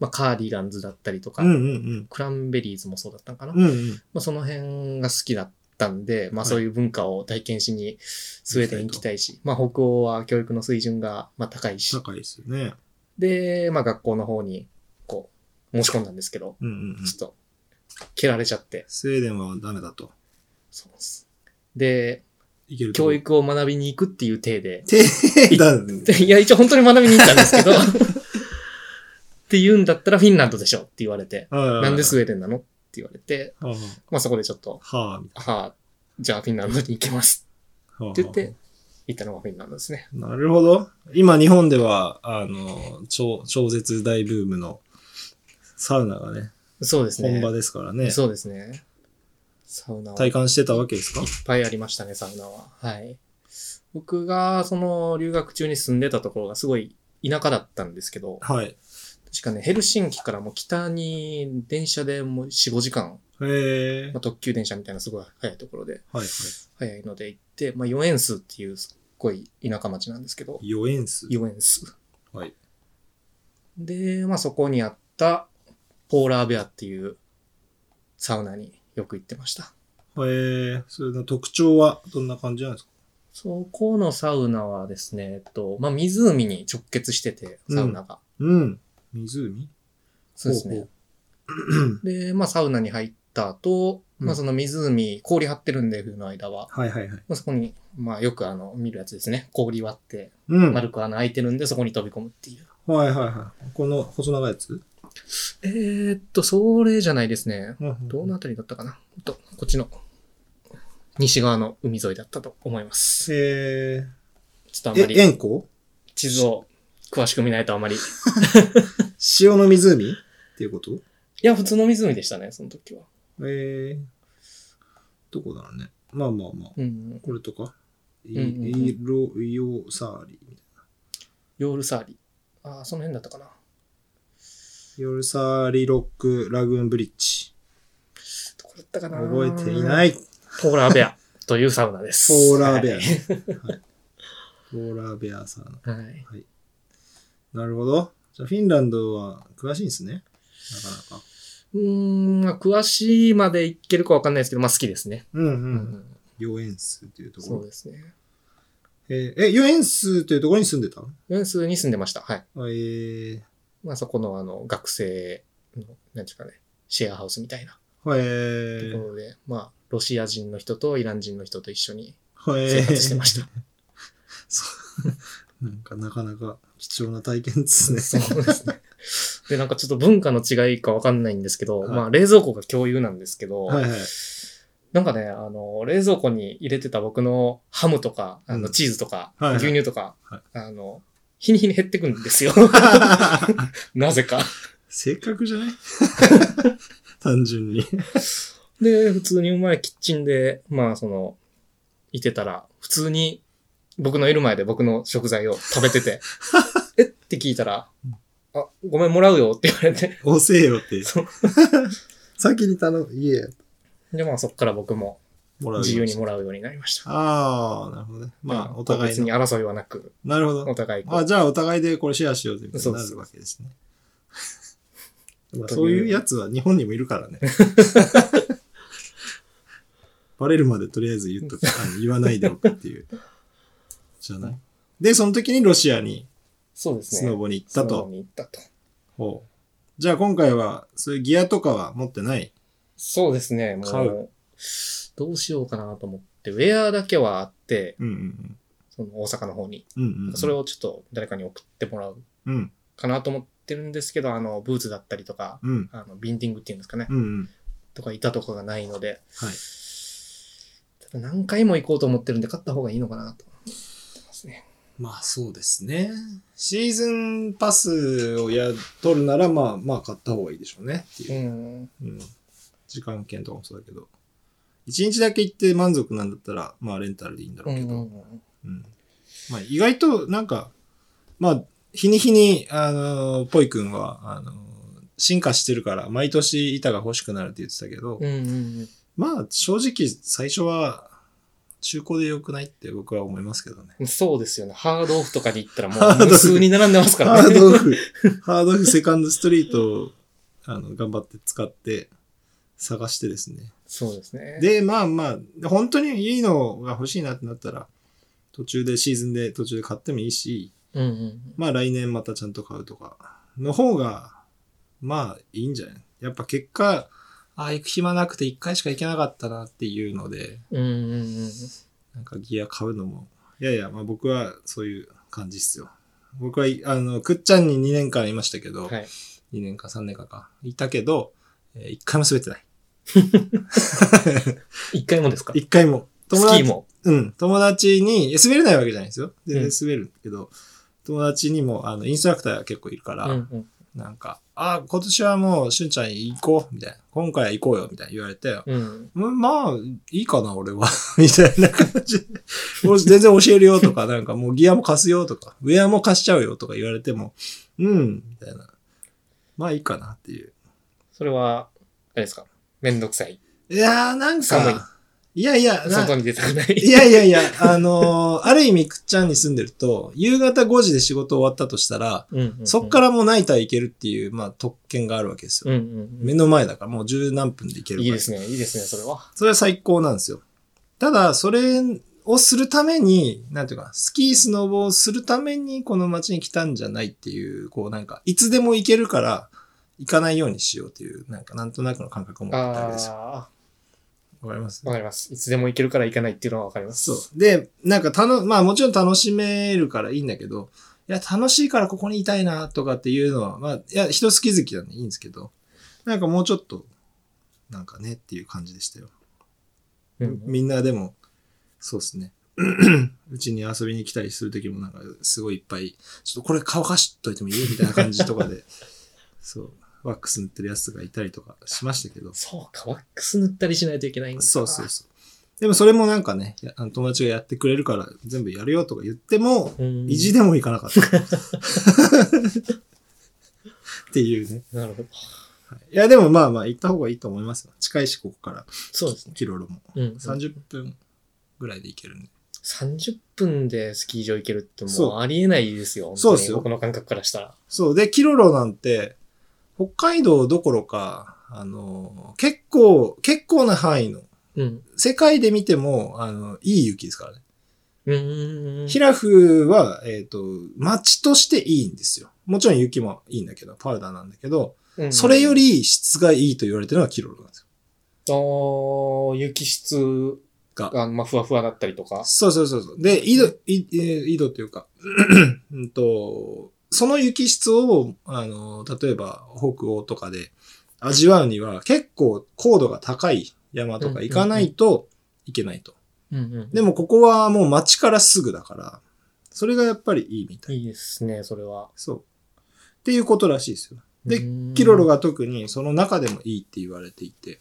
Speaker 3: まあ、カーディガンズだったりとか
Speaker 2: う、んうん
Speaker 3: クランベリーズもそうだったのかな。
Speaker 2: うん。うんうん。
Speaker 3: まあ、その辺が好きだったんで、ま
Speaker 2: は
Speaker 3: あ、
Speaker 2: い
Speaker 3: そういう文化を体験しにスウェーデン行きたいし、まあ、北欧は教育の水準がまあ高いし、
Speaker 2: 高いですよね。
Speaker 3: で、まあ、学校の方にこう申し込んだんですけど、
Speaker 2: うんうんうん。
Speaker 3: ちょっと蹴られちゃって、
Speaker 2: スウェーデンはダメだと。
Speaker 3: そうです。で、
Speaker 2: いけるとこ
Speaker 3: 教。育を学びに行くっていう体で、 (laughs)
Speaker 2: 手 (laughs) だね。
Speaker 3: でいや、一応本当に学びに行ったんですけど、って言うんだったらフィンランドでしょって言われて、 (laughs) な
Speaker 2: なん
Speaker 3: でスウェーデンなのって言われて、
Speaker 2: は
Speaker 3: まあ、そこでちょっと、
Speaker 2: あ、はあ、み
Speaker 3: はあ、じゃあフィンランドに行きます
Speaker 2: たいな。
Speaker 3: って言って、行ったのがフィンランドですね。
Speaker 2: なるほど。今、日本では、あの、超、超絶大ブームのサウナがね、
Speaker 3: そうですね。
Speaker 2: 本場ですからね。
Speaker 3: そうですね。サウナはい
Speaker 2: 体
Speaker 3: っ
Speaker 2: 感してたわけですか
Speaker 3: ぱいありましたね、サウナは。はい。僕が、その、留学中に住んでたところがすごい田舎だったんですけど、
Speaker 2: はい。
Speaker 3: 確かね、ヘルシンキからもう北に電車でもう4、5時間、
Speaker 2: へえ。
Speaker 3: まあ、特急電車みたいなすごい早いところで、
Speaker 2: はいはい。
Speaker 3: 早いので行って、まあ、ヨエンスっていうすっごい田舎町なんですけど、
Speaker 2: ヨエンス。
Speaker 3: ヨエンス。
Speaker 2: はい。
Speaker 3: で、まあそこにあったポーラーベアっていうサウナによく行ってました。
Speaker 2: へえ。それの特徴はどんな感じなんですか
Speaker 3: そこのサウナはですね、えっと、まあ湖に直結してて、サウナが。
Speaker 2: うん。湖
Speaker 3: そうですね。で、まあサウナに入った後、
Speaker 2: うん
Speaker 3: まあその湖、氷張ってるんで、冬の間は。
Speaker 2: (clears throat) はいはいはい。
Speaker 3: まあそこに、まあよくあの、見るやつですね。氷割って、
Speaker 2: うん。はい
Speaker 3: 丸く穴開いてるんで、そこに飛び込むっていう。
Speaker 2: はいはい。この細長いやつ
Speaker 3: えーっと、それじゃないですね。ど
Speaker 2: ど
Speaker 3: のあたりだったかなほんと、こっちの、西側の海沿いだったと思います。
Speaker 2: へえ。
Speaker 3: ちょっとあんま
Speaker 2: え、
Speaker 3: り、
Speaker 2: 塩湖
Speaker 3: 地図を詳しく見ないとあんまり。い
Speaker 2: 塩の湖っていうこと
Speaker 3: や、普通の湖でしたね、その時は。
Speaker 2: ええどこだろうね。まあまあまあ。
Speaker 3: うん。
Speaker 2: これとか。い
Speaker 3: うんうんうん
Speaker 2: イロイオサーリみたい
Speaker 3: ヨールサーリ。ああ、その辺だったかな。
Speaker 2: な。ヨルサーリロックラグーンブリッジ。
Speaker 3: どこだったかな。
Speaker 2: 覚えていないい。
Speaker 3: ポーラーベアというサウナです。
Speaker 2: ポーラーベア。
Speaker 3: は
Speaker 2: ね
Speaker 3: い。
Speaker 2: はいポーラーベアサウ
Speaker 3: はい、
Speaker 2: ナ。なるほど。じゃあフィンランドは詳しいんですね。なかなか。
Speaker 3: うーん、まあ、詳しいまでいけるかわかんないですけど、まあ、好きですね。
Speaker 2: うんう。
Speaker 3: うん
Speaker 2: ヨエンスっていうとこ
Speaker 3: そう
Speaker 2: ろ。
Speaker 3: ですね。
Speaker 2: えーえ、ヨエンスっていうところに住んでたの
Speaker 3: ヨエンスに住んでました。はい。
Speaker 2: あえー、
Speaker 3: まあ、そこの、あの、学生の、なんていうかね、シェアハウスみたいな
Speaker 2: はえ
Speaker 3: とこ
Speaker 2: ー、
Speaker 3: ろで、まあ、ロシア人の人とイラン人の人と一緒に
Speaker 2: はえ
Speaker 3: 生活して
Speaker 2: ー (laughs)
Speaker 3: ま、した。
Speaker 2: そうなんかなかなか貴重な体験ですね。
Speaker 3: そうですね。で、なんかちょっと文化の違いかわかんないんですけど、
Speaker 2: はい
Speaker 3: まあ、冷蔵庫が共有なんですけど、
Speaker 2: はい
Speaker 3: (laughs)
Speaker 2: はい。
Speaker 3: なんかね、あの、冷蔵庫に入れてた僕のハムとか、あ
Speaker 2: う
Speaker 3: の、
Speaker 2: ん
Speaker 3: チーズとか、
Speaker 2: はいはい
Speaker 3: 牛乳とか、
Speaker 2: は
Speaker 3: あの、日に日に減ってく
Speaker 2: (laughs)
Speaker 3: んですよ。なぜか。
Speaker 2: 性格じゃない (laughs) 単純に。
Speaker 3: で、普通にうまいキッチンで、まあ、その、いてたら、普通に僕のいる前で僕の食材を食べ
Speaker 2: (laughs)
Speaker 3: てて、えって聞いたら、あ、ごめん、もらうよって言われて、
Speaker 2: 押せよって。
Speaker 3: そう
Speaker 2: 先に頼む。いえ。
Speaker 3: で、まあ、そこから僕も
Speaker 2: もらうよ。
Speaker 3: 自由にもらうようになりました。
Speaker 2: ああ、なるほどね。まあ、お互い
Speaker 3: 別
Speaker 2: の
Speaker 3: に争いはなく、
Speaker 2: なるほど
Speaker 3: お。互いこう
Speaker 2: あじゃあ、お互いでこれシェアしようぜみたいに
Speaker 3: そう
Speaker 2: な
Speaker 3: です
Speaker 2: るわけです
Speaker 3: (laughs)
Speaker 2: ね。まあそういうやつは日本にもいるから
Speaker 3: (laughs)
Speaker 2: ね。バレるまでとりあえず言っとく。あの言わないでおくっていう。じゃない。で、その時にロシアに
Speaker 3: そうです
Speaker 2: ス
Speaker 3: ね。
Speaker 2: ノボに行った
Speaker 3: スノ
Speaker 2: と
Speaker 3: ボ。に行ったと。
Speaker 2: ほうじゃあ今回は、そういうギアとかは持ってない
Speaker 3: そうですね、も
Speaker 2: 買
Speaker 3: う、どうしようかなと思って、ウェアだけはあって、
Speaker 2: うんうん
Speaker 3: その大阪の方に、
Speaker 2: うん。うんうん、
Speaker 3: それをちょっと誰かに送ってもらう
Speaker 2: うん。
Speaker 3: かなと思っってるんですけど、あの、ブーツだったりとか、
Speaker 2: うん。
Speaker 3: あの、ビンディングっていうんですかね、
Speaker 2: うんうん。
Speaker 3: とか板とかがないので、
Speaker 2: はい。
Speaker 3: ただ何回も行こうと思ってるんで、買った方がいいのかなと思ってますね。
Speaker 2: まあそうですね。シーズンパスをや、取るなら、まあまあ買った方がいいでしょうねっていうう。
Speaker 3: ん。
Speaker 2: うん。時間券とかもそうだけど。一日だけ行って満足なんだったら、まあレンタルでいいんだ
Speaker 3: う
Speaker 2: ろうけど。うん。
Speaker 3: ん。
Speaker 2: まあ意外となんか、まあ、日に日に、あのー、ぽいくんは、あのー、進化してるから、毎年板が欲しくなるって言ってたけど、
Speaker 3: うんうん。
Speaker 2: まあ正直最初は中古で良くないって僕は思いますけどね。
Speaker 3: うん。そうですよね。ハードオフとかに行ったら
Speaker 2: (laughs)
Speaker 3: も
Speaker 2: ハードオ
Speaker 3: う
Speaker 2: フ
Speaker 3: 無数に並んでますから
Speaker 2: ハ
Speaker 3: ね。
Speaker 2: ードオフ、ハードオフセカンドストリートをあの頑張って使って探してですね。
Speaker 3: そうですね。
Speaker 2: で、まあまあ、本当にいいのが欲しいなってなったら、途中でシーズンで途中で買ってもいいし、
Speaker 3: うんうん。
Speaker 2: まあ来年またちゃんと買うとか、の方が、まあいいんじゃないやっぱ結果、ああ、行く暇なくて1回しか行けなかったなっていうので、
Speaker 3: うんうんうん。
Speaker 2: なんかギア買うのも、いやいや、まあ僕はそういう感じっすよ。僕は、いあの、くっちゃんに2年間いましたけど、
Speaker 3: はい。
Speaker 2: 2年か3年間か、いたけど、えー、1回も滑ってない。
Speaker 3: (laughs) 一回もですか
Speaker 2: 1回も。
Speaker 3: スキーも。
Speaker 2: うん、友達に、いや滑れないわけじゃないですよ。全
Speaker 3: うん
Speaker 2: 然滑るけど、友達にも、あの、インストラクターが結構いるから、
Speaker 3: うんうん
Speaker 2: なんか、あ、今年はもう、しゅんちゃん行こう、みたいな。今回は行こうよ、みたいな言われて、
Speaker 3: うん。
Speaker 2: うんまあ、いいかな、俺は。 (laughs) みたいな感じで。もう全然教えるよと
Speaker 3: (laughs)
Speaker 2: か、なんかもうギアも貸すよとか、ウェアも貸しちゃうよとか言われても、うん、みたいな。まあいいかなっていう。
Speaker 3: それは、あれですかめんどくさい。
Speaker 2: いやー、なん
Speaker 3: 寒い
Speaker 2: か、いやいや、な
Speaker 3: 外に出たくない。
Speaker 2: いやいやいや、あのーある意味、くっちゃんに住んでると、夕方5時で仕事終わったとしたら、
Speaker 3: うんうんうん
Speaker 2: そっからもうナイター行けるっていう、まあ特権があるわけです
Speaker 3: うん
Speaker 2: よ。
Speaker 3: うん
Speaker 2: 目の前だから、もう十何分で行け
Speaker 3: う
Speaker 2: る
Speaker 3: ん。
Speaker 2: から。
Speaker 3: いいですね、いいですね、それは。
Speaker 2: それは最高なんですよ。ただ、それをするために、なんていうか、スキー、スノボをするためにこの街に来たんじゃないっていう、こうなんか、いつでも行けるから、行かないようにしようという、なんか、なんとなくの感覚を持ってたわけですよ。
Speaker 3: あ
Speaker 2: わかります
Speaker 3: あ、わかります。いつでも行けるから行かないっていうのはわかります。
Speaker 2: そう。で、なんか、たの、まあもちろん楽しめるからいいんだけど、いや、楽しいからここにいたいなとかっていうのは、まあ、いや、人好き好きなんでいいんですけど、なんかもうちょっと、なんかねっていう感じでしたよ。
Speaker 3: うんうん
Speaker 2: みんなでも、そうですね。 (clears throat) うちに遊びに来たりするときもなんかすごいいっぱい、ちょっとこれ乾かしといてもいいみたいな感じとかで、そう、ワックス塗ってるやつがいたりとかしましたけど、
Speaker 3: そうか、ワックス塗ったりしないといけないんだ。
Speaker 2: そうそうそう。でもそれもなんかね、やあの友達がやってくれるから全部やるよとか言っても、
Speaker 3: うん。
Speaker 2: 意地でもいかなかった。っていうね。
Speaker 3: なるほど。
Speaker 2: いやでもまあまあ行った方がいいと思いますよ。近いし、ここから。
Speaker 3: そうですね。
Speaker 2: キロロも。
Speaker 3: うんうん。
Speaker 2: 30分ぐらいで行けるんで。
Speaker 3: 30分でスキー場行けるって
Speaker 2: そ
Speaker 3: もう
Speaker 2: う
Speaker 3: ありえないですよ。本当に
Speaker 2: そうですよ
Speaker 3: 僕の感覚からしたら。
Speaker 2: そう。で、キロロなんて、北海道どころか、あの、結構、結構な範囲の、
Speaker 3: うん。
Speaker 2: 世界で見ても、あの、いい雪ですからね。
Speaker 3: うんうんうん。
Speaker 2: ヒラフは、えっ、と、街としていいんですよ。もちろん雪もいいんだけど、パウダーなんだけど、
Speaker 3: うんうん
Speaker 2: それよ、り質がいいと言われてるのはキロロなんですよ。
Speaker 3: あー雪質
Speaker 2: が
Speaker 3: が、まあ、ふわふわだったりとか。
Speaker 2: そうそうそうそう。で、井戸、いえー井戸っていうか、 (clears throat) うんと、その雪質を、あの、例えば北欧とかで味わうには結構高度が高い山とか行かないといけないと。
Speaker 3: うんうん。
Speaker 2: でもここはもう街からすぐだから、それがやっぱりいいみたい。
Speaker 3: いいですね、それは。
Speaker 2: そう。っていうことらしいですよ。でキロロが特にその中でもいいって言われていて、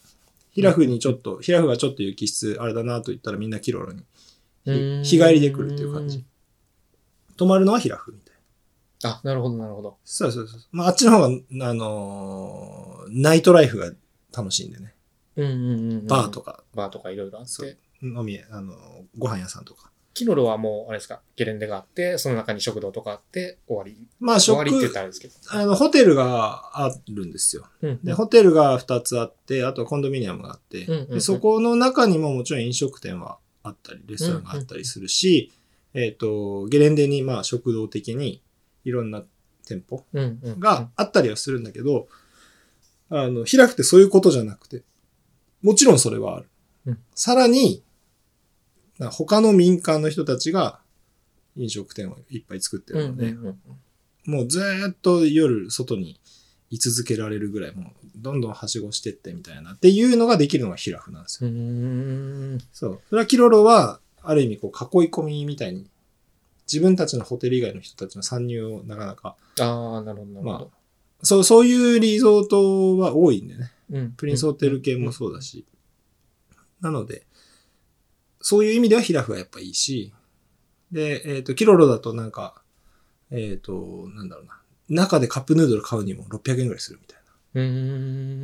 Speaker 2: ヒラフにちょっと、ヒラフがちょっと雪質あれだなと言ったらみんなキロロに
Speaker 3: うん
Speaker 2: 日帰りで来るっていう感じ。泊まるのはヒラフみたいな。
Speaker 3: あ、なるほど、なるほど。
Speaker 2: そうそうそう。まあ、あっちの方が、あのーナイトライフが楽しいんでね。
Speaker 3: うんうんうん。
Speaker 2: バーと。か、
Speaker 3: バーとかいろいろあっ
Speaker 2: そ
Speaker 3: て
Speaker 2: う。飲み屋、あのーご飯屋さんとか。
Speaker 3: キノロはもう、あれですか、ゲレンデがあって、その中に食堂とかあって、終わり。
Speaker 2: まあ、
Speaker 3: 終
Speaker 2: 食
Speaker 3: わりって言ったらあれですけど。
Speaker 2: あの、ホテルがあるんですよ。
Speaker 3: うん
Speaker 2: で、ホテルが2つあって、あとはコンドミニアムがあって、
Speaker 3: うんうんうん
Speaker 2: でそこの中にももちろん飲食店はあったり、レストランがあったりするし、えっ、と、ゲレンデに、まあ、食堂的にいろんな店舗
Speaker 3: うんうん。
Speaker 2: が、あったりはするんだけど、あの、開くってそういうことじゃなくて、もちろんそれはある。
Speaker 3: うん
Speaker 2: さらに、な他の民間の人たちが飲食店をいっぱい作って
Speaker 3: うんう
Speaker 2: るの
Speaker 3: ん
Speaker 2: で、
Speaker 3: うん。
Speaker 2: もうずーっと夜外に居続けられるぐらい、もうどんどんはしごしてってみたいな。っていうのができるのがヒラフなんですよ。
Speaker 3: うーん。
Speaker 2: そう。フラキロロは、ある意味こう囲い込みみたいに、自分たちのホテル以外の人たちの参入をなかなか、
Speaker 3: ああ、なるほど、なるほど。
Speaker 2: そう、そういうリゾートは多いんでね。
Speaker 3: うん。
Speaker 2: プリンスホテル系もそうだし。なので、そういう意味ではヒラフがやっぱいいし、で、えっ、と、キロロだとなんか、えっ、と、なんだろうな。中でカップヌードル買うにも600円ぐらいするみたいな。
Speaker 3: うん。う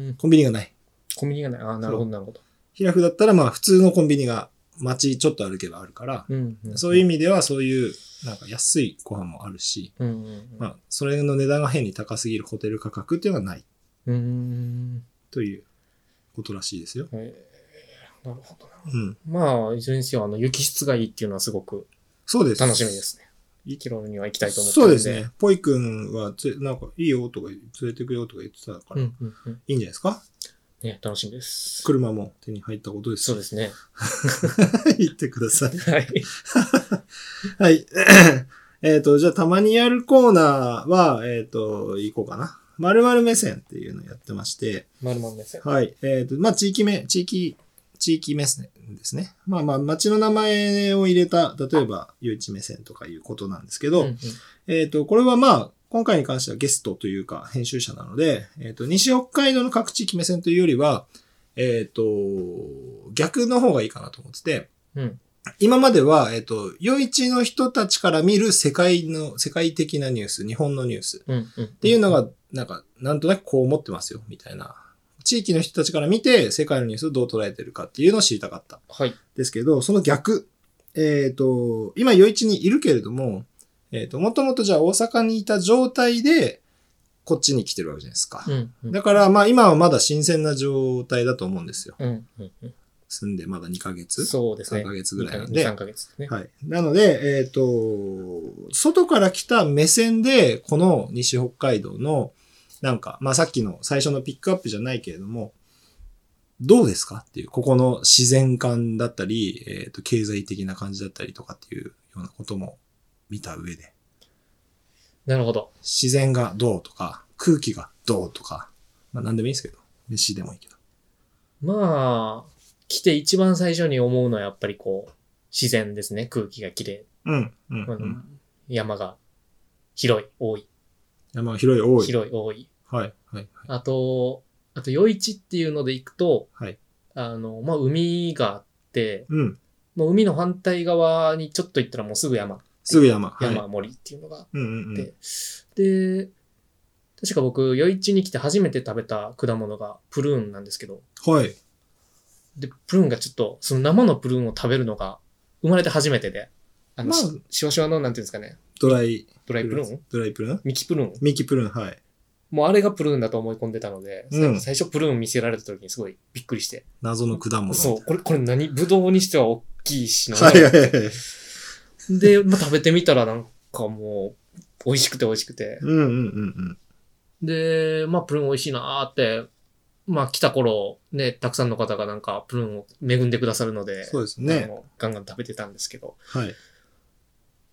Speaker 3: んうん。
Speaker 2: コンビニがない。
Speaker 3: コンビニがない。ああ、なるほど、なるほど。
Speaker 2: ヒラフだったらまあ普通のコンビニが街ちょっと歩けばあるから、
Speaker 3: うん、うん。
Speaker 2: そういう意
Speaker 3: 味。
Speaker 2: 味ではそういうなんか安いご飯もあるし、
Speaker 3: うんうん。
Speaker 2: まあそれの値段が変に高すぎるホテル価格っていうのはない
Speaker 3: うん。
Speaker 2: ということらしいですよ。
Speaker 3: えーなるほどな。
Speaker 2: うん。
Speaker 3: まあ、いずれにせよ、あの、雪質がいいっていうのはすごく
Speaker 2: そうです。
Speaker 3: 楽しみですね。
Speaker 2: い
Speaker 3: キロルには行きたいと思って
Speaker 2: そ
Speaker 3: るん
Speaker 2: う
Speaker 3: で。
Speaker 2: ですね。ぽいくんはつ、なんか、いいよとか、連れてくよとか言ってたか
Speaker 3: う
Speaker 2: ら、い
Speaker 3: んうんうん。
Speaker 2: いんじゃないですか
Speaker 3: ね、楽しみです。
Speaker 2: 車も手に入ったことです。
Speaker 3: そうですね。
Speaker 2: (laughs) 行ってください。
Speaker 3: はい。
Speaker 2: はい。 (coughs) えっと、じゃあ、たまにやるコーナーは、えっ、と、行こうかな。〇〇目線っていうのをやってまして、
Speaker 3: まるまる目線。
Speaker 2: はい。えっ、と、まあ、地域名、地域、地域目線ですね。まあまあ、町の名前を入れた、例えば、誘致目線とかいうことなんですけど、
Speaker 3: うんうん
Speaker 2: えっ、と、これはまあ、今回に関してはゲストというか、編集者なので、えっ、と、西北海道の各地域目線というよりは、えっ、と、逆の方がいいかなと思ってて、
Speaker 3: うん
Speaker 2: 今までは、えっ、と、余市の人たちから見る世界の、世界的なニュース、日本のニュースっ
Speaker 3: うんうん。って
Speaker 2: いうのが、なんか、なんとなくこう思ってますよ、みたいな。地域の人たちから見て、世界のニュースをどう捉えてるかっていうのを知りたかった。
Speaker 3: はい。
Speaker 2: ですけど、その逆。えっ、と、今、余市にいるけれども、えっ、と、もともとじゃあ大阪にいた状態で、こっちに来てるわけじゃないですか
Speaker 3: う。んうん。
Speaker 2: だから、まあ今はまだ新鮮な状態だと思うんですよ。
Speaker 3: うんうんうん。
Speaker 2: 住んでまだ2ヶ月、
Speaker 3: そうですね。
Speaker 2: 3ヶ月ぐらいなん
Speaker 3: 2、
Speaker 2: で。
Speaker 3: 3ヶ月ね。
Speaker 2: はい。なので、えっ、と、外から来た目線で、この西北海道の、なんか、まあさっきの最初のピックアップじゃないけれども、どうですかっていう、ここの自然感だったり、えっ、と、経済的な感じだったりとかっていうようなことも見た上で、
Speaker 3: なるほど。
Speaker 2: 自然がどうとか、空気がどうとか、まあ何でもいいんですけど、飯でもいいけど。
Speaker 3: まあ、来て一番最初に思うのはやっぱりこう、自然ですね。空気が綺麗。
Speaker 2: うん、うん、う
Speaker 3: あの
Speaker 2: ん。
Speaker 3: 山が広い、多い。
Speaker 2: 山が広い、多い。
Speaker 3: 広い、多い。
Speaker 2: はい、はい、はい。
Speaker 3: あと、あと、余市っていうので行くと、
Speaker 2: はい
Speaker 3: あの、まあ、海があって、
Speaker 2: うん、
Speaker 3: もう海の反対側にちょっと行ったらもうすぐ山、
Speaker 2: すぐ山。はい、
Speaker 3: 山、森っていうのがあっ
Speaker 2: うん、うん、うん
Speaker 3: て。、で、確か僕、余市に来て初めて食べた果物がプルーンなんですけど、
Speaker 2: はい。
Speaker 3: で、プルーンがちょっと、その生のプルーンを食べるのが、生まれて初めてで、あの、
Speaker 2: まあ
Speaker 3: ししわしわの、なんていうんですかね、
Speaker 2: ドライ
Speaker 3: ドライプルーン
Speaker 2: ドライプルーン
Speaker 3: ミキプルーン
Speaker 2: ミキプルーン、はい。
Speaker 3: もうあれがプルーンだと思い込んでたので、
Speaker 2: うん
Speaker 3: 最初プルーン見せられた時にすごいびっくりして、
Speaker 2: 謎の果物。
Speaker 3: そう、これ、これ何ぶどうにしては大きいしな。
Speaker 2: はいはいはい。
Speaker 3: で、まあ、食べてみたらなんかもう、美味しくて美味しくて。
Speaker 2: うんうんうん
Speaker 3: で、まあ、プルーン美味しいなーって、まあ、来た頃、ね、たくさんの方がなんか、プルーンを恵んでくださるの
Speaker 2: うん。
Speaker 3: で、
Speaker 2: そうです
Speaker 3: あ
Speaker 2: ね。
Speaker 3: のガンガン食べてたんですけど。
Speaker 2: はい。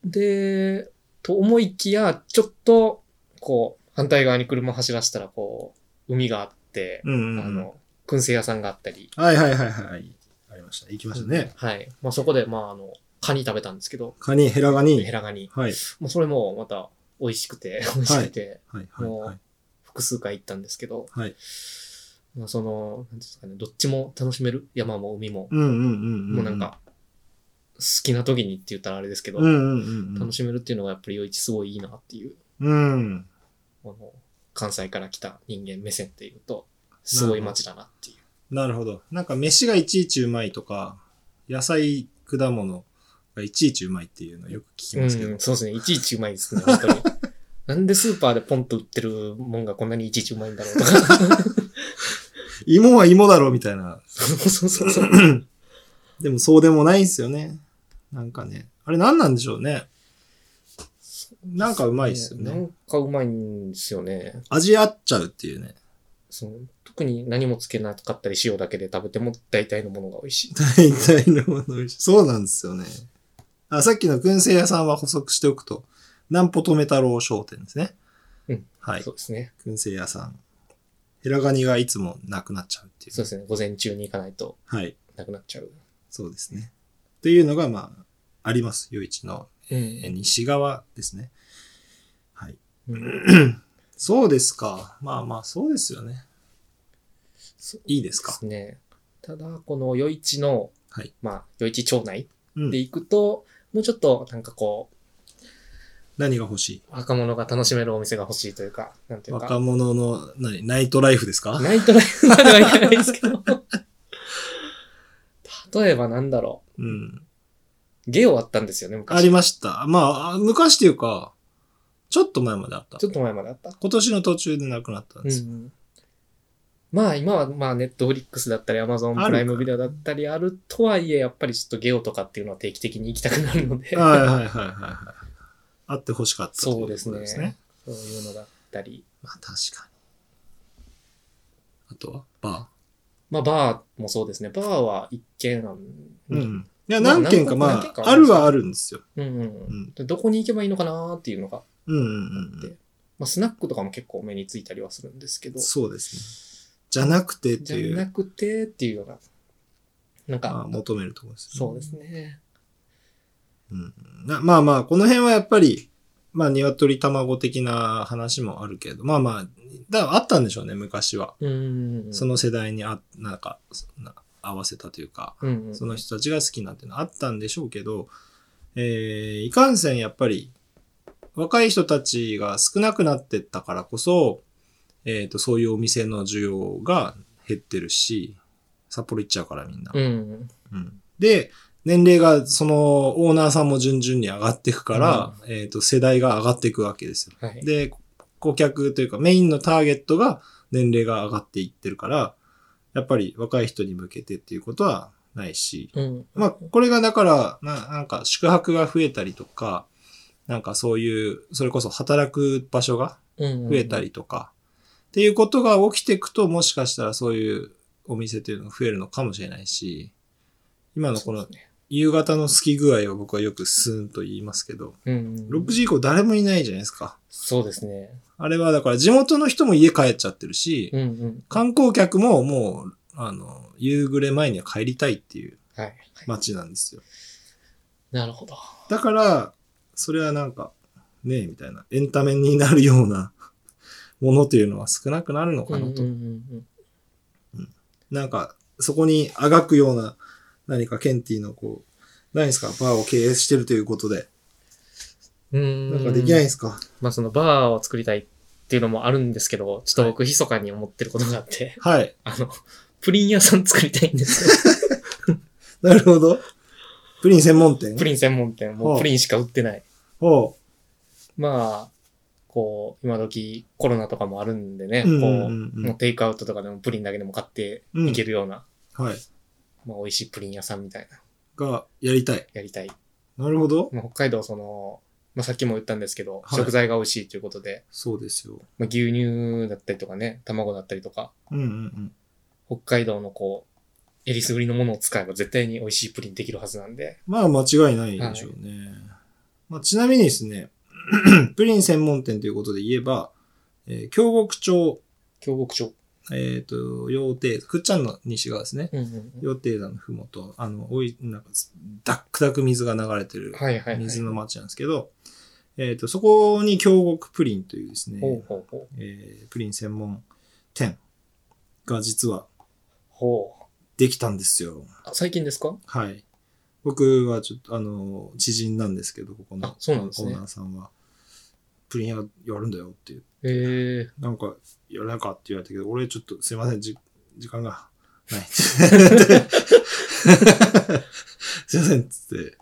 Speaker 3: で、と思いきや、ちょっと、こう、反対側に車走らせたら、こう、海があって、
Speaker 2: うんうんうん。
Speaker 3: あの、燻製屋さんがあったり。
Speaker 2: はいはいはいはい。ありました。行きましたね。
Speaker 3: はい。まあ、そこで、まあ、あの、カニ食べたんですけど、
Speaker 2: カニ、ヘラガニ。
Speaker 3: ヘラガニ。
Speaker 2: はい。
Speaker 3: もうそれもまた美味しくて、美味しくて、
Speaker 2: はいはいはい。
Speaker 3: 複数回行ったんですけど、
Speaker 2: はい。
Speaker 3: まあその、なんていうんですかね、どっちも楽しめる山も海も、
Speaker 2: うんうんうん。
Speaker 3: もうなん。か、好きな時にって言ったらあれですけど、
Speaker 2: うんうんうん。
Speaker 3: 楽し
Speaker 2: み。
Speaker 3: めるっていうのがやっぱり余一すごいいいなっていう、
Speaker 2: うん。
Speaker 3: この、関西から来た人間目線っていうと、すごい街だなっていう。
Speaker 2: なるほど。なんか飯がいちいちうまいとか、野菜、果物がいちいちうまいっていうのよく聞きますけ
Speaker 3: う
Speaker 2: ど
Speaker 3: ん、。そうですね。いちいちうまいですね、
Speaker 2: (laughs)
Speaker 3: 本当に。なんでスーパーでポンと売ってるもんがこんなにいちいちうまいんだろう
Speaker 2: (laughs)
Speaker 3: とか。
Speaker 2: 芋は芋だろみたいな。
Speaker 3: そうそうそうそう。
Speaker 2: (clears throat) でもそうでもないんすよね。なんかね。あれ何なんでしょうね。なんかうまいっすよ
Speaker 3: な
Speaker 2: ね。
Speaker 3: んかうまいんですよね。
Speaker 2: 味合っちゃうっていうね。
Speaker 3: その特に何もつけなかったり塩だけで食べても大体のものが美味しい。
Speaker 2: 大体のもの美味しいそうなんですよね。あ、さっきの燻製屋さんは補足しておくと、南ポ留太郎商店ですね。
Speaker 3: うん
Speaker 2: はい
Speaker 3: そ。うですね。
Speaker 2: 燻製屋さん。ヘラガニがいつもなくなっちゃうっていう。
Speaker 3: そうですね。午前中に行かないと
Speaker 2: はい。
Speaker 3: なくなっちゃう。
Speaker 2: そうですね。というのが、まあ、あります。余市のえ
Speaker 3: え
Speaker 2: 西側ですね。はい。
Speaker 3: うん
Speaker 2: そうですか。まあまあ、そうですよね。
Speaker 3: そう
Speaker 2: いいです
Speaker 3: で
Speaker 2: か。
Speaker 3: すね。ただ、この余市の、
Speaker 2: はい
Speaker 3: まあ、余市町内
Speaker 2: うん
Speaker 3: で。行くと、もうちょっと、なんかこ
Speaker 2: 何が欲し
Speaker 3: う、若者が楽しめるお店が欲しいというか、なんて
Speaker 2: い
Speaker 3: いう
Speaker 2: 若
Speaker 3: か、
Speaker 2: 者の、何ナイトライフですか
Speaker 3: ナイトライフまではいかないですけど、 (laughs) 例えばなんだろ
Speaker 2: うん。
Speaker 3: う、ゲオあったんですよね、
Speaker 2: あ
Speaker 3: 昔。
Speaker 2: りました。まああ、昔っていうか、ちょっと前まであった
Speaker 3: ち。ょっと前まであった。
Speaker 2: 今年の途中でなくなったん
Speaker 3: う
Speaker 2: ですよ。
Speaker 3: ん。まあ今はまあネットフリックスだったりアマゾン
Speaker 2: ある
Speaker 3: プライムビデオだったりあるとはいえやっぱりちょっとゲオとかっていうのは定期的に行きたくなるので、
Speaker 2: (laughs) はいはいはいはいはい。あって欲しかったとい
Speaker 3: そうです
Speaker 2: こと
Speaker 3: ねそういうのだったり、
Speaker 2: まあ確かに。あとはバ
Speaker 3: まあバーもそうですね。バーは一軒案。
Speaker 2: ーう
Speaker 3: うん
Speaker 2: ん。いや、
Speaker 3: まあ
Speaker 2: 何件か、
Speaker 3: 何個か
Speaker 2: ま
Speaker 3: 何件か
Speaker 2: あ、あるはあるんですよ。
Speaker 3: う
Speaker 2: う
Speaker 3: んうん
Speaker 2: ん。
Speaker 3: でどこに行けばいいのかなーっていうのが、
Speaker 2: うんうんうん
Speaker 3: まあ、スナックとかも結構目についたりはするんですけ
Speaker 2: う
Speaker 3: ど
Speaker 2: ん。、そうですね。じゃなくてってい
Speaker 3: じゃ
Speaker 2: う、
Speaker 3: なくてっていうのが、なんか、
Speaker 2: まあ、求めるところですね。
Speaker 3: そうですね。
Speaker 2: うんなまあまあ、この辺はやっぱり、まあ、鶏卵的な話もあるけど、まあまあ、だあったんでしょうね、昔は。
Speaker 3: うん。
Speaker 2: そ、の世代にあ、なんか、そな合わせたというか、
Speaker 3: うんうん、
Speaker 2: その人たちが好きなんていうのはあったんでしょうけど、えーいかんせんやっぱり、若い人たちが少なくなってったからこそ、えっ、と、そういうお店の需要が減ってるし、札幌行っちゃうからみんな。
Speaker 3: うん。
Speaker 2: うんで、年齢が、その、オーナーさんも順々に上がっていくから、えっ、と、世代が上がっていくわけですよ。
Speaker 3: はい。
Speaker 2: で、顧客というか、メインのターゲットが年齢が上がっていってるから、やっぱり若い人に向けてっていうことはないし、
Speaker 3: うん。
Speaker 2: まあ、これがだから、ななんか宿泊が増えたりとか、なんかそういう、それこそ働く場所が
Speaker 3: 増
Speaker 2: 増えたりとか、っていうことが起きていくと、もしかしたらそういうお店というのが増えるのかもしれないし、今のこの夕方の好き具合を僕はよくスーンと言いますけど、
Speaker 3: うん、
Speaker 2: 6時以降誰もいないじゃないですか。
Speaker 3: そうですね。
Speaker 2: あれはだから地元の人も家帰っちゃってるし、
Speaker 3: うんうん。
Speaker 2: 観光客ももう、あの、夕暮れ前には帰りたいっていう
Speaker 3: はい。はい
Speaker 2: 街なんですよ。
Speaker 3: なるほど。
Speaker 2: だから、それはなんか、ねえ、みたいな、エンタメになるようなものというのは少なくなるのかなと。
Speaker 3: うんうん
Speaker 2: なんか、そこにあがくような、何かケンティのこう、ないですかバーを経営してるということで。
Speaker 3: うんうん。
Speaker 2: なんかできないん
Speaker 3: う
Speaker 2: で
Speaker 3: ん
Speaker 2: すか、
Speaker 3: まあそのバーを作りたいっていうのもあるんですけど、ちょっと僕密かに思ってることがあって、
Speaker 2: はい。
Speaker 3: あの、プリン屋さん作りたいんですよ。
Speaker 2: なるほど。プリン専門店 (laughs)
Speaker 3: プリン専門店。もうプリンしか売ってない。
Speaker 2: ほ
Speaker 3: まあ、こう、今時コロナとかもあるんでね、
Speaker 2: う。うんう
Speaker 3: こ
Speaker 2: ん
Speaker 3: う、
Speaker 2: う
Speaker 3: もうんテイクアウトとかでもプリンだけでも買って
Speaker 2: うん
Speaker 3: いけるような、
Speaker 2: はい。
Speaker 3: まあ美味しいプリン屋さんみたいな、
Speaker 2: が、やりたい。
Speaker 3: やりたい。
Speaker 2: なるほど。
Speaker 3: まあ、北海道その、まあ、さっきも言ったんですけど、
Speaker 2: はい
Speaker 3: 食材が美味しいということで、
Speaker 2: そうですよ。
Speaker 3: まあ、牛乳だったりとかね、卵だったりとか、
Speaker 2: うんうんうん。
Speaker 3: 北海道のこう、えりすぐりのものを使えば絶対に美味しいプリンできるはずなんで、
Speaker 2: まあ、間違いないでしょうね。まあ、ちなみにですね、 (clears throat) プリン専門店ということで言えば、えー京極町、
Speaker 3: 京極町。
Speaker 2: えっ、と、羊蹄、くっちゃんの西側ですね。
Speaker 3: うんうんうん。
Speaker 2: 予定山のふもと、あの、おい、なんか、ダックダック水が流れてる
Speaker 3: はいはいはい。
Speaker 2: 水の町なんですけど、えっ、と、そこに京極プリンというです
Speaker 3: ほう
Speaker 2: ね、
Speaker 3: ほうほう。
Speaker 2: えープリン専門店が実は
Speaker 3: ほう。
Speaker 2: できたんですよ。
Speaker 3: あ最近ですか
Speaker 2: はい。僕はちょっと、あの、知人なんですけど、ここの
Speaker 3: あそうなんですね
Speaker 2: オーナーさんは、プリン屋やるんだよっていう、
Speaker 3: ええ
Speaker 2: なんか、やらなかって言われたけど、俺ちょっとすいません、じ時間がない。 (laughs) すいません、つって、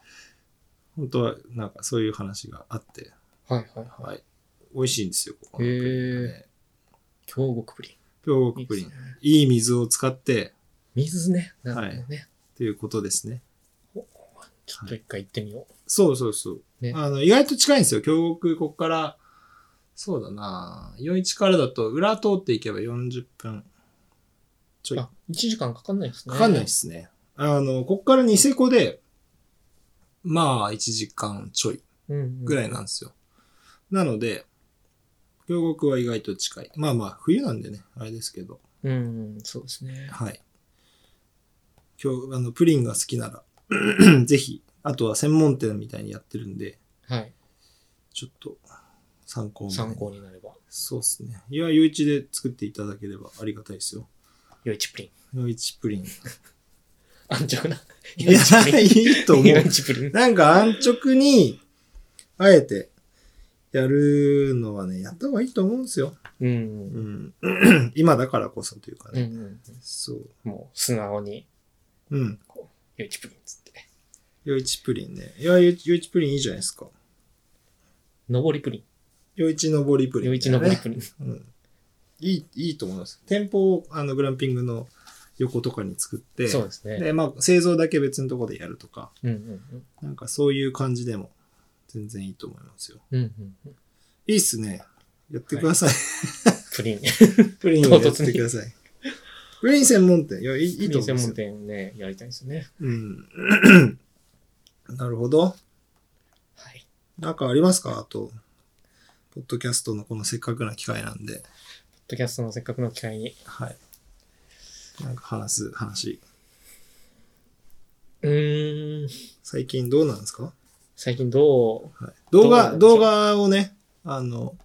Speaker 2: 本当はなんかそういう話があって、
Speaker 3: はいはいは
Speaker 2: はい。美味しいんですよ、ここの
Speaker 3: へ
Speaker 2: プリ
Speaker 3: ー
Speaker 2: ンがね。
Speaker 3: い。京極プリン。
Speaker 2: 京極プリン。いい水を使って、
Speaker 3: 水ね。なるほどね。
Speaker 2: ということですね。
Speaker 3: ちょっと一回行ってみよ
Speaker 2: そうそうそう。
Speaker 3: ね
Speaker 2: あの、意外と近いんですよ。京極、ここから、そうだな四一からだと、裏通っていけば40分ちょ
Speaker 3: う。
Speaker 2: い。
Speaker 3: あ、1時間かかんないですね。
Speaker 2: かかんないで。すね。あの、こっからニセコで、まあ、1時間ちょい
Speaker 3: うん、うん。
Speaker 2: ぐらいなんですよ。なので、両国は意外と近い。まあまあ、冬なんでね、あれですけど、
Speaker 3: うん、そうですね。
Speaker 2: はい。今日、あの、プリンが好きなら、 (clears throat) ぜひ、あとは専門店みたいにやってるんで、
Speaker 3: はい。
Speaker 2: ちょっと、参考までに
Speaker 3: 参考になれば。
Speaker 2: そうですね。いや、ゆういちで作っていただければありがたいですよ。
Speaker 3: よいちプリン。
Speaker 2: ゆういちプリン。
Speaker 3: 安直な。
Speaker 2: いや、いいと思
Speaker 3: よ
Speaker 2: う
Speaker 3: い。ちプリン。
Speaker 2: なんか安直に、あえて、やるのはね、やった方がいいと思うんですよ。
Speaker 3: う。
Speaker 2: うんん。 (clears throat) 今だからこそというか
Speaker 3: う
Speaker 2: ね。
Speaker 3: ん。
Speaker 2: そう。
Speaker 3: もう、素直に、
Speaker 2: うん。
Speaker 3: よいちプリンっつって。
Speaker 2: よいちプリンね。いや、よいちよいちプリンいいじゃないですか。
Speaker 3: 上りプリ
Speaker 2: よいちのぼりプ
Speaker 3: ン。
Speaker 2: リン、
Speaker 3: よいち上りプリン。
Speaker 2: うん。いい、いいと思います。店舗を、あの、グランピングの横とかに作って、
Speaker 3: そうですね。
Speaker 2: で、まあ、製造だけ別のところでやるとか、
Speaker 3: うんうん
Speaker 2: なんかそういう感じでも全然いいと思いますよ。
Speaker 3: うん。うんうん。
Speaker 2: いいっすね。やってください。
Speaker 3: プリン。
Speaker 2: プリンをやってください。プリン専門店。いや、いいいいと思うんで
Speaker 3: (laughs) 専
Speaker 2: す
Speaker 3: 門
Speaker 2: よ。
Speaker 3: 店ね、やりたいですね。
Speaker 2: うん。なるほど。
Speaker 3: はい。
Speaker 2: なんかありますかあと、ポッドキャストのこのせっかくな機会なんで、
Speaker 3: ポッドキャストのせっかくの機会に。
Speaker 2: はい。なんか話す話。
Speaker 3: うーん。
Speaker 2: 最近どうなんですか、
Speaker 3: 最近ど
Speaker 2: はい、動画、
Speaker 3: どうなんでしょう
Speaker 2: 動画をね、あの、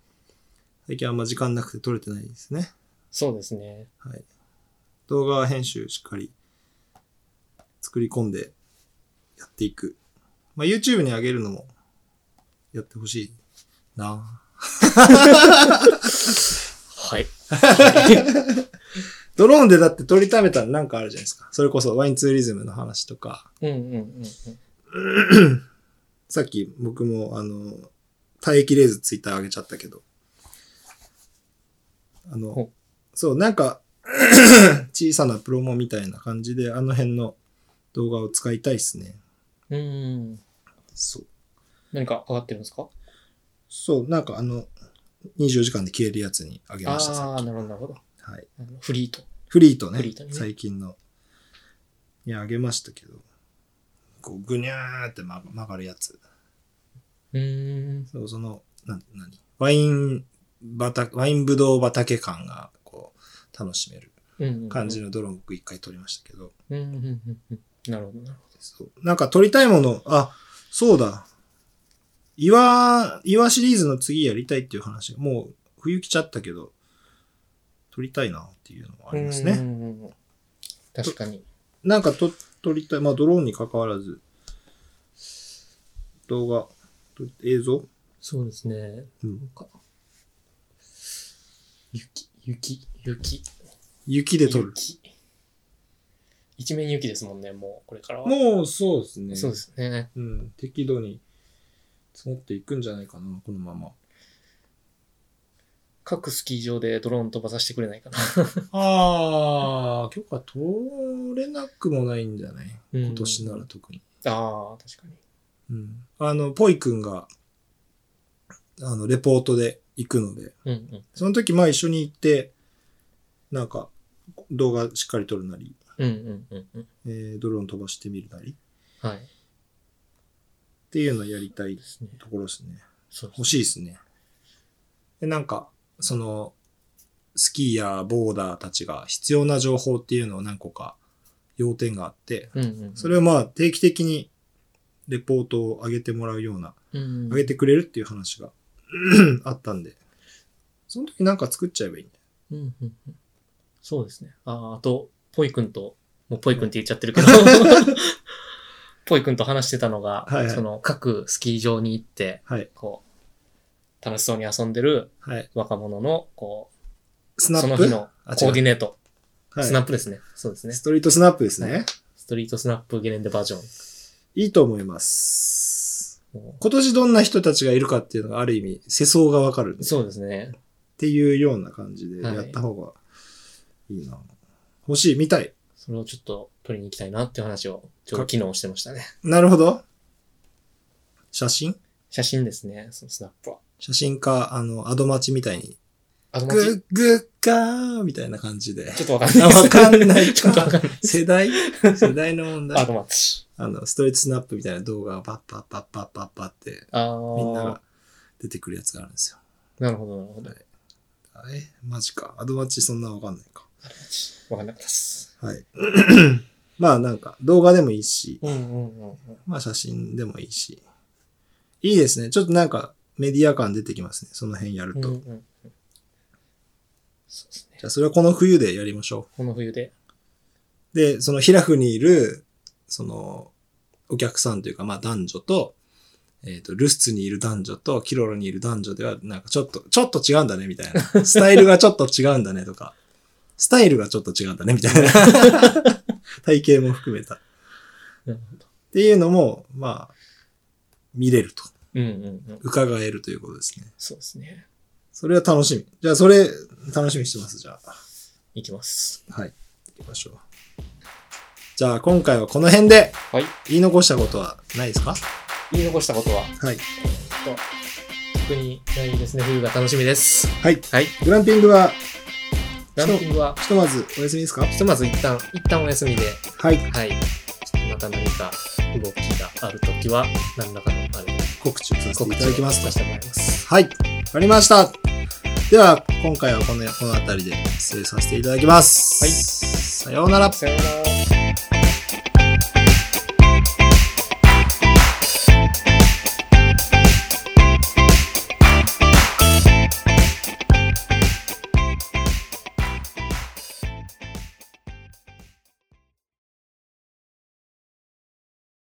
Speaker 2: 最近あんま時間なくて撮れてないですね。
Speaker 3: うそうですね。
Speaker 2: はい。動画編集しっかり作り込んでやっていく。まあ、YouTube に上げるのもやってほしいな。
Speaker 3: はい。
Speaker 2: ドローンでだって撮りためたらなんかあるじゃないですか。それこそワインツーリズムの話とか、
Speaker 3: うんうんうん
Speaker 2: さっき僕もあの、耐えきれずツイッター上げちゃったけど。あの
Speaker 3: ほ、
Speaker 2: そう、なんか、 (clears throat) 小さなプロモみたいな感じで、あの辺の動画を使いたいっすね。
Speaker 3: うん。うーん。
Speaker 2: そう。
Speaker 3: 何か上がってるんですか
Speaker 2: そう、なんかあの、24時間で消えるやつにあげました、
Speaker 3: あ
Speaker 2: さ
Speaker 3: あ
Speaker 2: っ
Speaker 3: ー、なるほど、なるほど。
Speaker 2: き。はい。
Speaker 3: あのフリート。
Speaker 2: フリートね。
Speaker 3: フリートね
Speaker 2: 最近の。いや、あげましたけど。こう、ぐにゃーって曲が曲がるやつ。
Speaker 3: うーん。
Speaker 2: そう、その、なん、なにワイン、畑、ワインぶどう畑感が、こう、楽しめる
Speaker 3: うんうんうん
Speaker 2: 感じのドローン僕一回撮りましたけど。
Speaker 3: うんうんうんうん。なるほど、なる
Speaker 2: そう。なんか撮りたいもの、あ、そうだ。岩、岩シリーズの次やりたいっていう話、もう冬来ちゃったけど、撮りたいなっていうのも
Speaker 3: ほ
Speaker 2: あ
Speaker 3: ど。
Speaker 2: ります
Speaker 3: うん
Speaker 2: ね。
Speaker 3: うんうんうん。確かに。
Speaker 2: なんかと撮りたい、まあドローンに関わらず、動画、と映像、
Speaker 3: そうですね。
Speaker 2: うん、
Speaker 3: なんか雪、雪、雪。
Speaker 2: 雪で撮る。
Speaker 3: 雪。一面雪ですもんね、もう、これからは。
Speaker 2: もうそうですね。
Speaker 3: そうですね。
Speaker 2: うん、適度に積もっていくんじゃないかな、このまま。
Speaker 3: 各スキー場でドローン飛ばさせてくれないかな。
Speaker 2: ああ、許可取れなくもないんじゃない今年なら特に。
Speaker 3: ああ、確かに。
Speaker 2: うんあの、ポイ君が、あの、レポートで行くので、
Speaker 3: うんうん。
Speaker 2: その時、まあ一緒に行って、なんか、動画しっかり撮るなり、
Speaker 3: うんうんうんうん。
Speaker 2: えードローン飛ばしてみるなり、っ
Speaker 3: はい。
Speaker 2: ていうのをやりたい
Speaker 3: ですね。
Speaker 2: ところですね。
Speaker 3: そうです
Speaker 2: 欲しいですね。で、なんか、その、スキーやボーダーたちが必要な情報っていうのを何個か要点があって、
Speaker 3: うんうんうん。
Speaker 2: それをまあ定期的にレポートを上げてもらうような
Speaker 3: うん
Speaker 2: あげてくれるっていう話が (clears throat) あったんで、その時なんか作っちゃえばいいんだよ。
Speaker 3: うんうんうん。そうですね。ああ、あと、ポイくんと、もうポイくんって言っちゃって
Speaker 2: (laughs)
Speaker 3: るけど、ポイくんと話してたのが、
Speaker 2: はいはい
Speaker 3: その、各スキー場に行って、
Speaker 2: はい。
Speaker 3: こう、楽しそうに遊んでる
Speaker 2: はい。
Speaker 3: 若者の、こ
Speaker 2: ス
Speaker 3: う、
Speaker 2: ナ
Speaker 3: そ
Speaker 2: ッ
Speaker 3: の
Speaker 2: プ
Speaker 3: 日のコーディネート。
Speaker 2: はい、
Speaker 3: スナップですね。そうですね。
Speaker 2: ストリートスナップですね。
Speaker 3: はいストリートスナップゲレンデバージョン。
Speaker 2: いいと思います。
Speaker 3: も
Speaker 2: 今年どんな人たちがいるかっていうのがある意味、世相がわかるん
Speaker 3: う
Speaker 2: で
Speaker 3: そうですね。
Speaker 2: っていうような感じで
Speaker 3: はい
Speaker 2: やった方がいいな。欲しい、見たい。
Speaker 3: それをちょっと取りに行きたいなっていう話を、ちょうど昨日してましたね。
Speaker 2: なるほど。写真
Speaker 3: 写真ですね、そのスナップは。
Speaker 2: 写真か、あの、アドマチみたいに、
Speaker 3: あと
Speaker 2: グ
Speaker 3: もうち
Speaker 2: ッグッカーみたいな感じで。
Speaker 3: ちょっとわかんないです。
Speaker 2: わかんないか
Speaker 3: (laughs) ちょっとわか
Speaker 2: (laughs)
Speaker 3: んない。
Speaker 2: 世代
Speaker 3: (laughs)
Speaker 2: 世代の問題。
Speaker 3: あとマッチ。
Speaker 2: あの、ストレートスナップみたいな動画をパッパッパッパッパッパって、
Speaker 3: ああ。
Speaker 2: みんなが出てくるやつがあるんですよ。
Speaker 3: なるほど、なるほど。
Speaker 2: え、マジか。アドバッチそんなわかんないか。
Speaker 3: わかんなかったです。
Speaker 2: はい。 (clears throat) まあなんか動画でもいいし、
Speaker 3: うんうんうんうん。
Speaker 2: まあ写真でもいいし。いいですね。ちょっとなんかメディア感出てきますね。その辺やる
Speaker 3: うん
Speaker 2: と。
Speaker 3: うんう
Speaker 2: じ
Speaker 3: んそうですね。
Speaker 2: ゃあそれはこの冬でやりましょ
Speaker 3: この冬で。
Speaker 2: う。で、その平府にいる、その、お客さんというか、まあ男女と、えっ、と、ルスツにいる男女と、キロロにいる男女では、なんかちょっと、ちょっと違うんだね、みたいな。
Speaker 3: (laughs)
Speaker 2: スタイルがちょっと違うんだね、とか。スタイルがちょっと違うんだね、みたいな。
Speaker 3: (laughs)
Speaker 2: 体型も含めた。
Speaker 3: なるほど。
Speaker 2: っていうのも、まあ、見れると。
Speaker 3: うんうんうん。
Speaker 2: 伺えるということですね。
Speaker 3: そうですね。
Speaker 2: それは楽しみ。じゃあ、それ、楽しみにしてます、じゃあ。
Speaker 3: いきます。
Speaker 2: はい。行きましょう。じゃあ、今回はこの辺で、
Speaker 3: はい。
Speaker 2: 言い残したことはないですか
Speaker 3: 言い残したことは、
Speaker 2: はい。
Speaker 3: えっと、特にないですね。冬が楽しみです。
Speaker 2: はい。
Speaker 3: はい。
Speaker 2: グランピングは、
Speaker 3: ランキングは、
Speaker 2: ひとまずお休みですか
Speaker 3: ひとまず一旦、一旦お休みで、
Speaker 2: はい。
Speaker 3: はい。ちょっとまた何か動きがあるときは、何らかのあれ、
Speaker 2: 告知をさせて
Speaker 3: 告
Speaker 2: い
Speaker 3: 知
Speaker 2: ただきます
Speaker 3: さ
Speaker 2: と
Speaker 3: せ。てもらいます。
Speaker 2: はい。わかりました。では、今回はこの、この辺りで失礼させていただきます。
Speaker 3: は
Speaker 2: さ
Speaker 3: い
Speaker 2: ようなら。
Speaker 3: さようなら。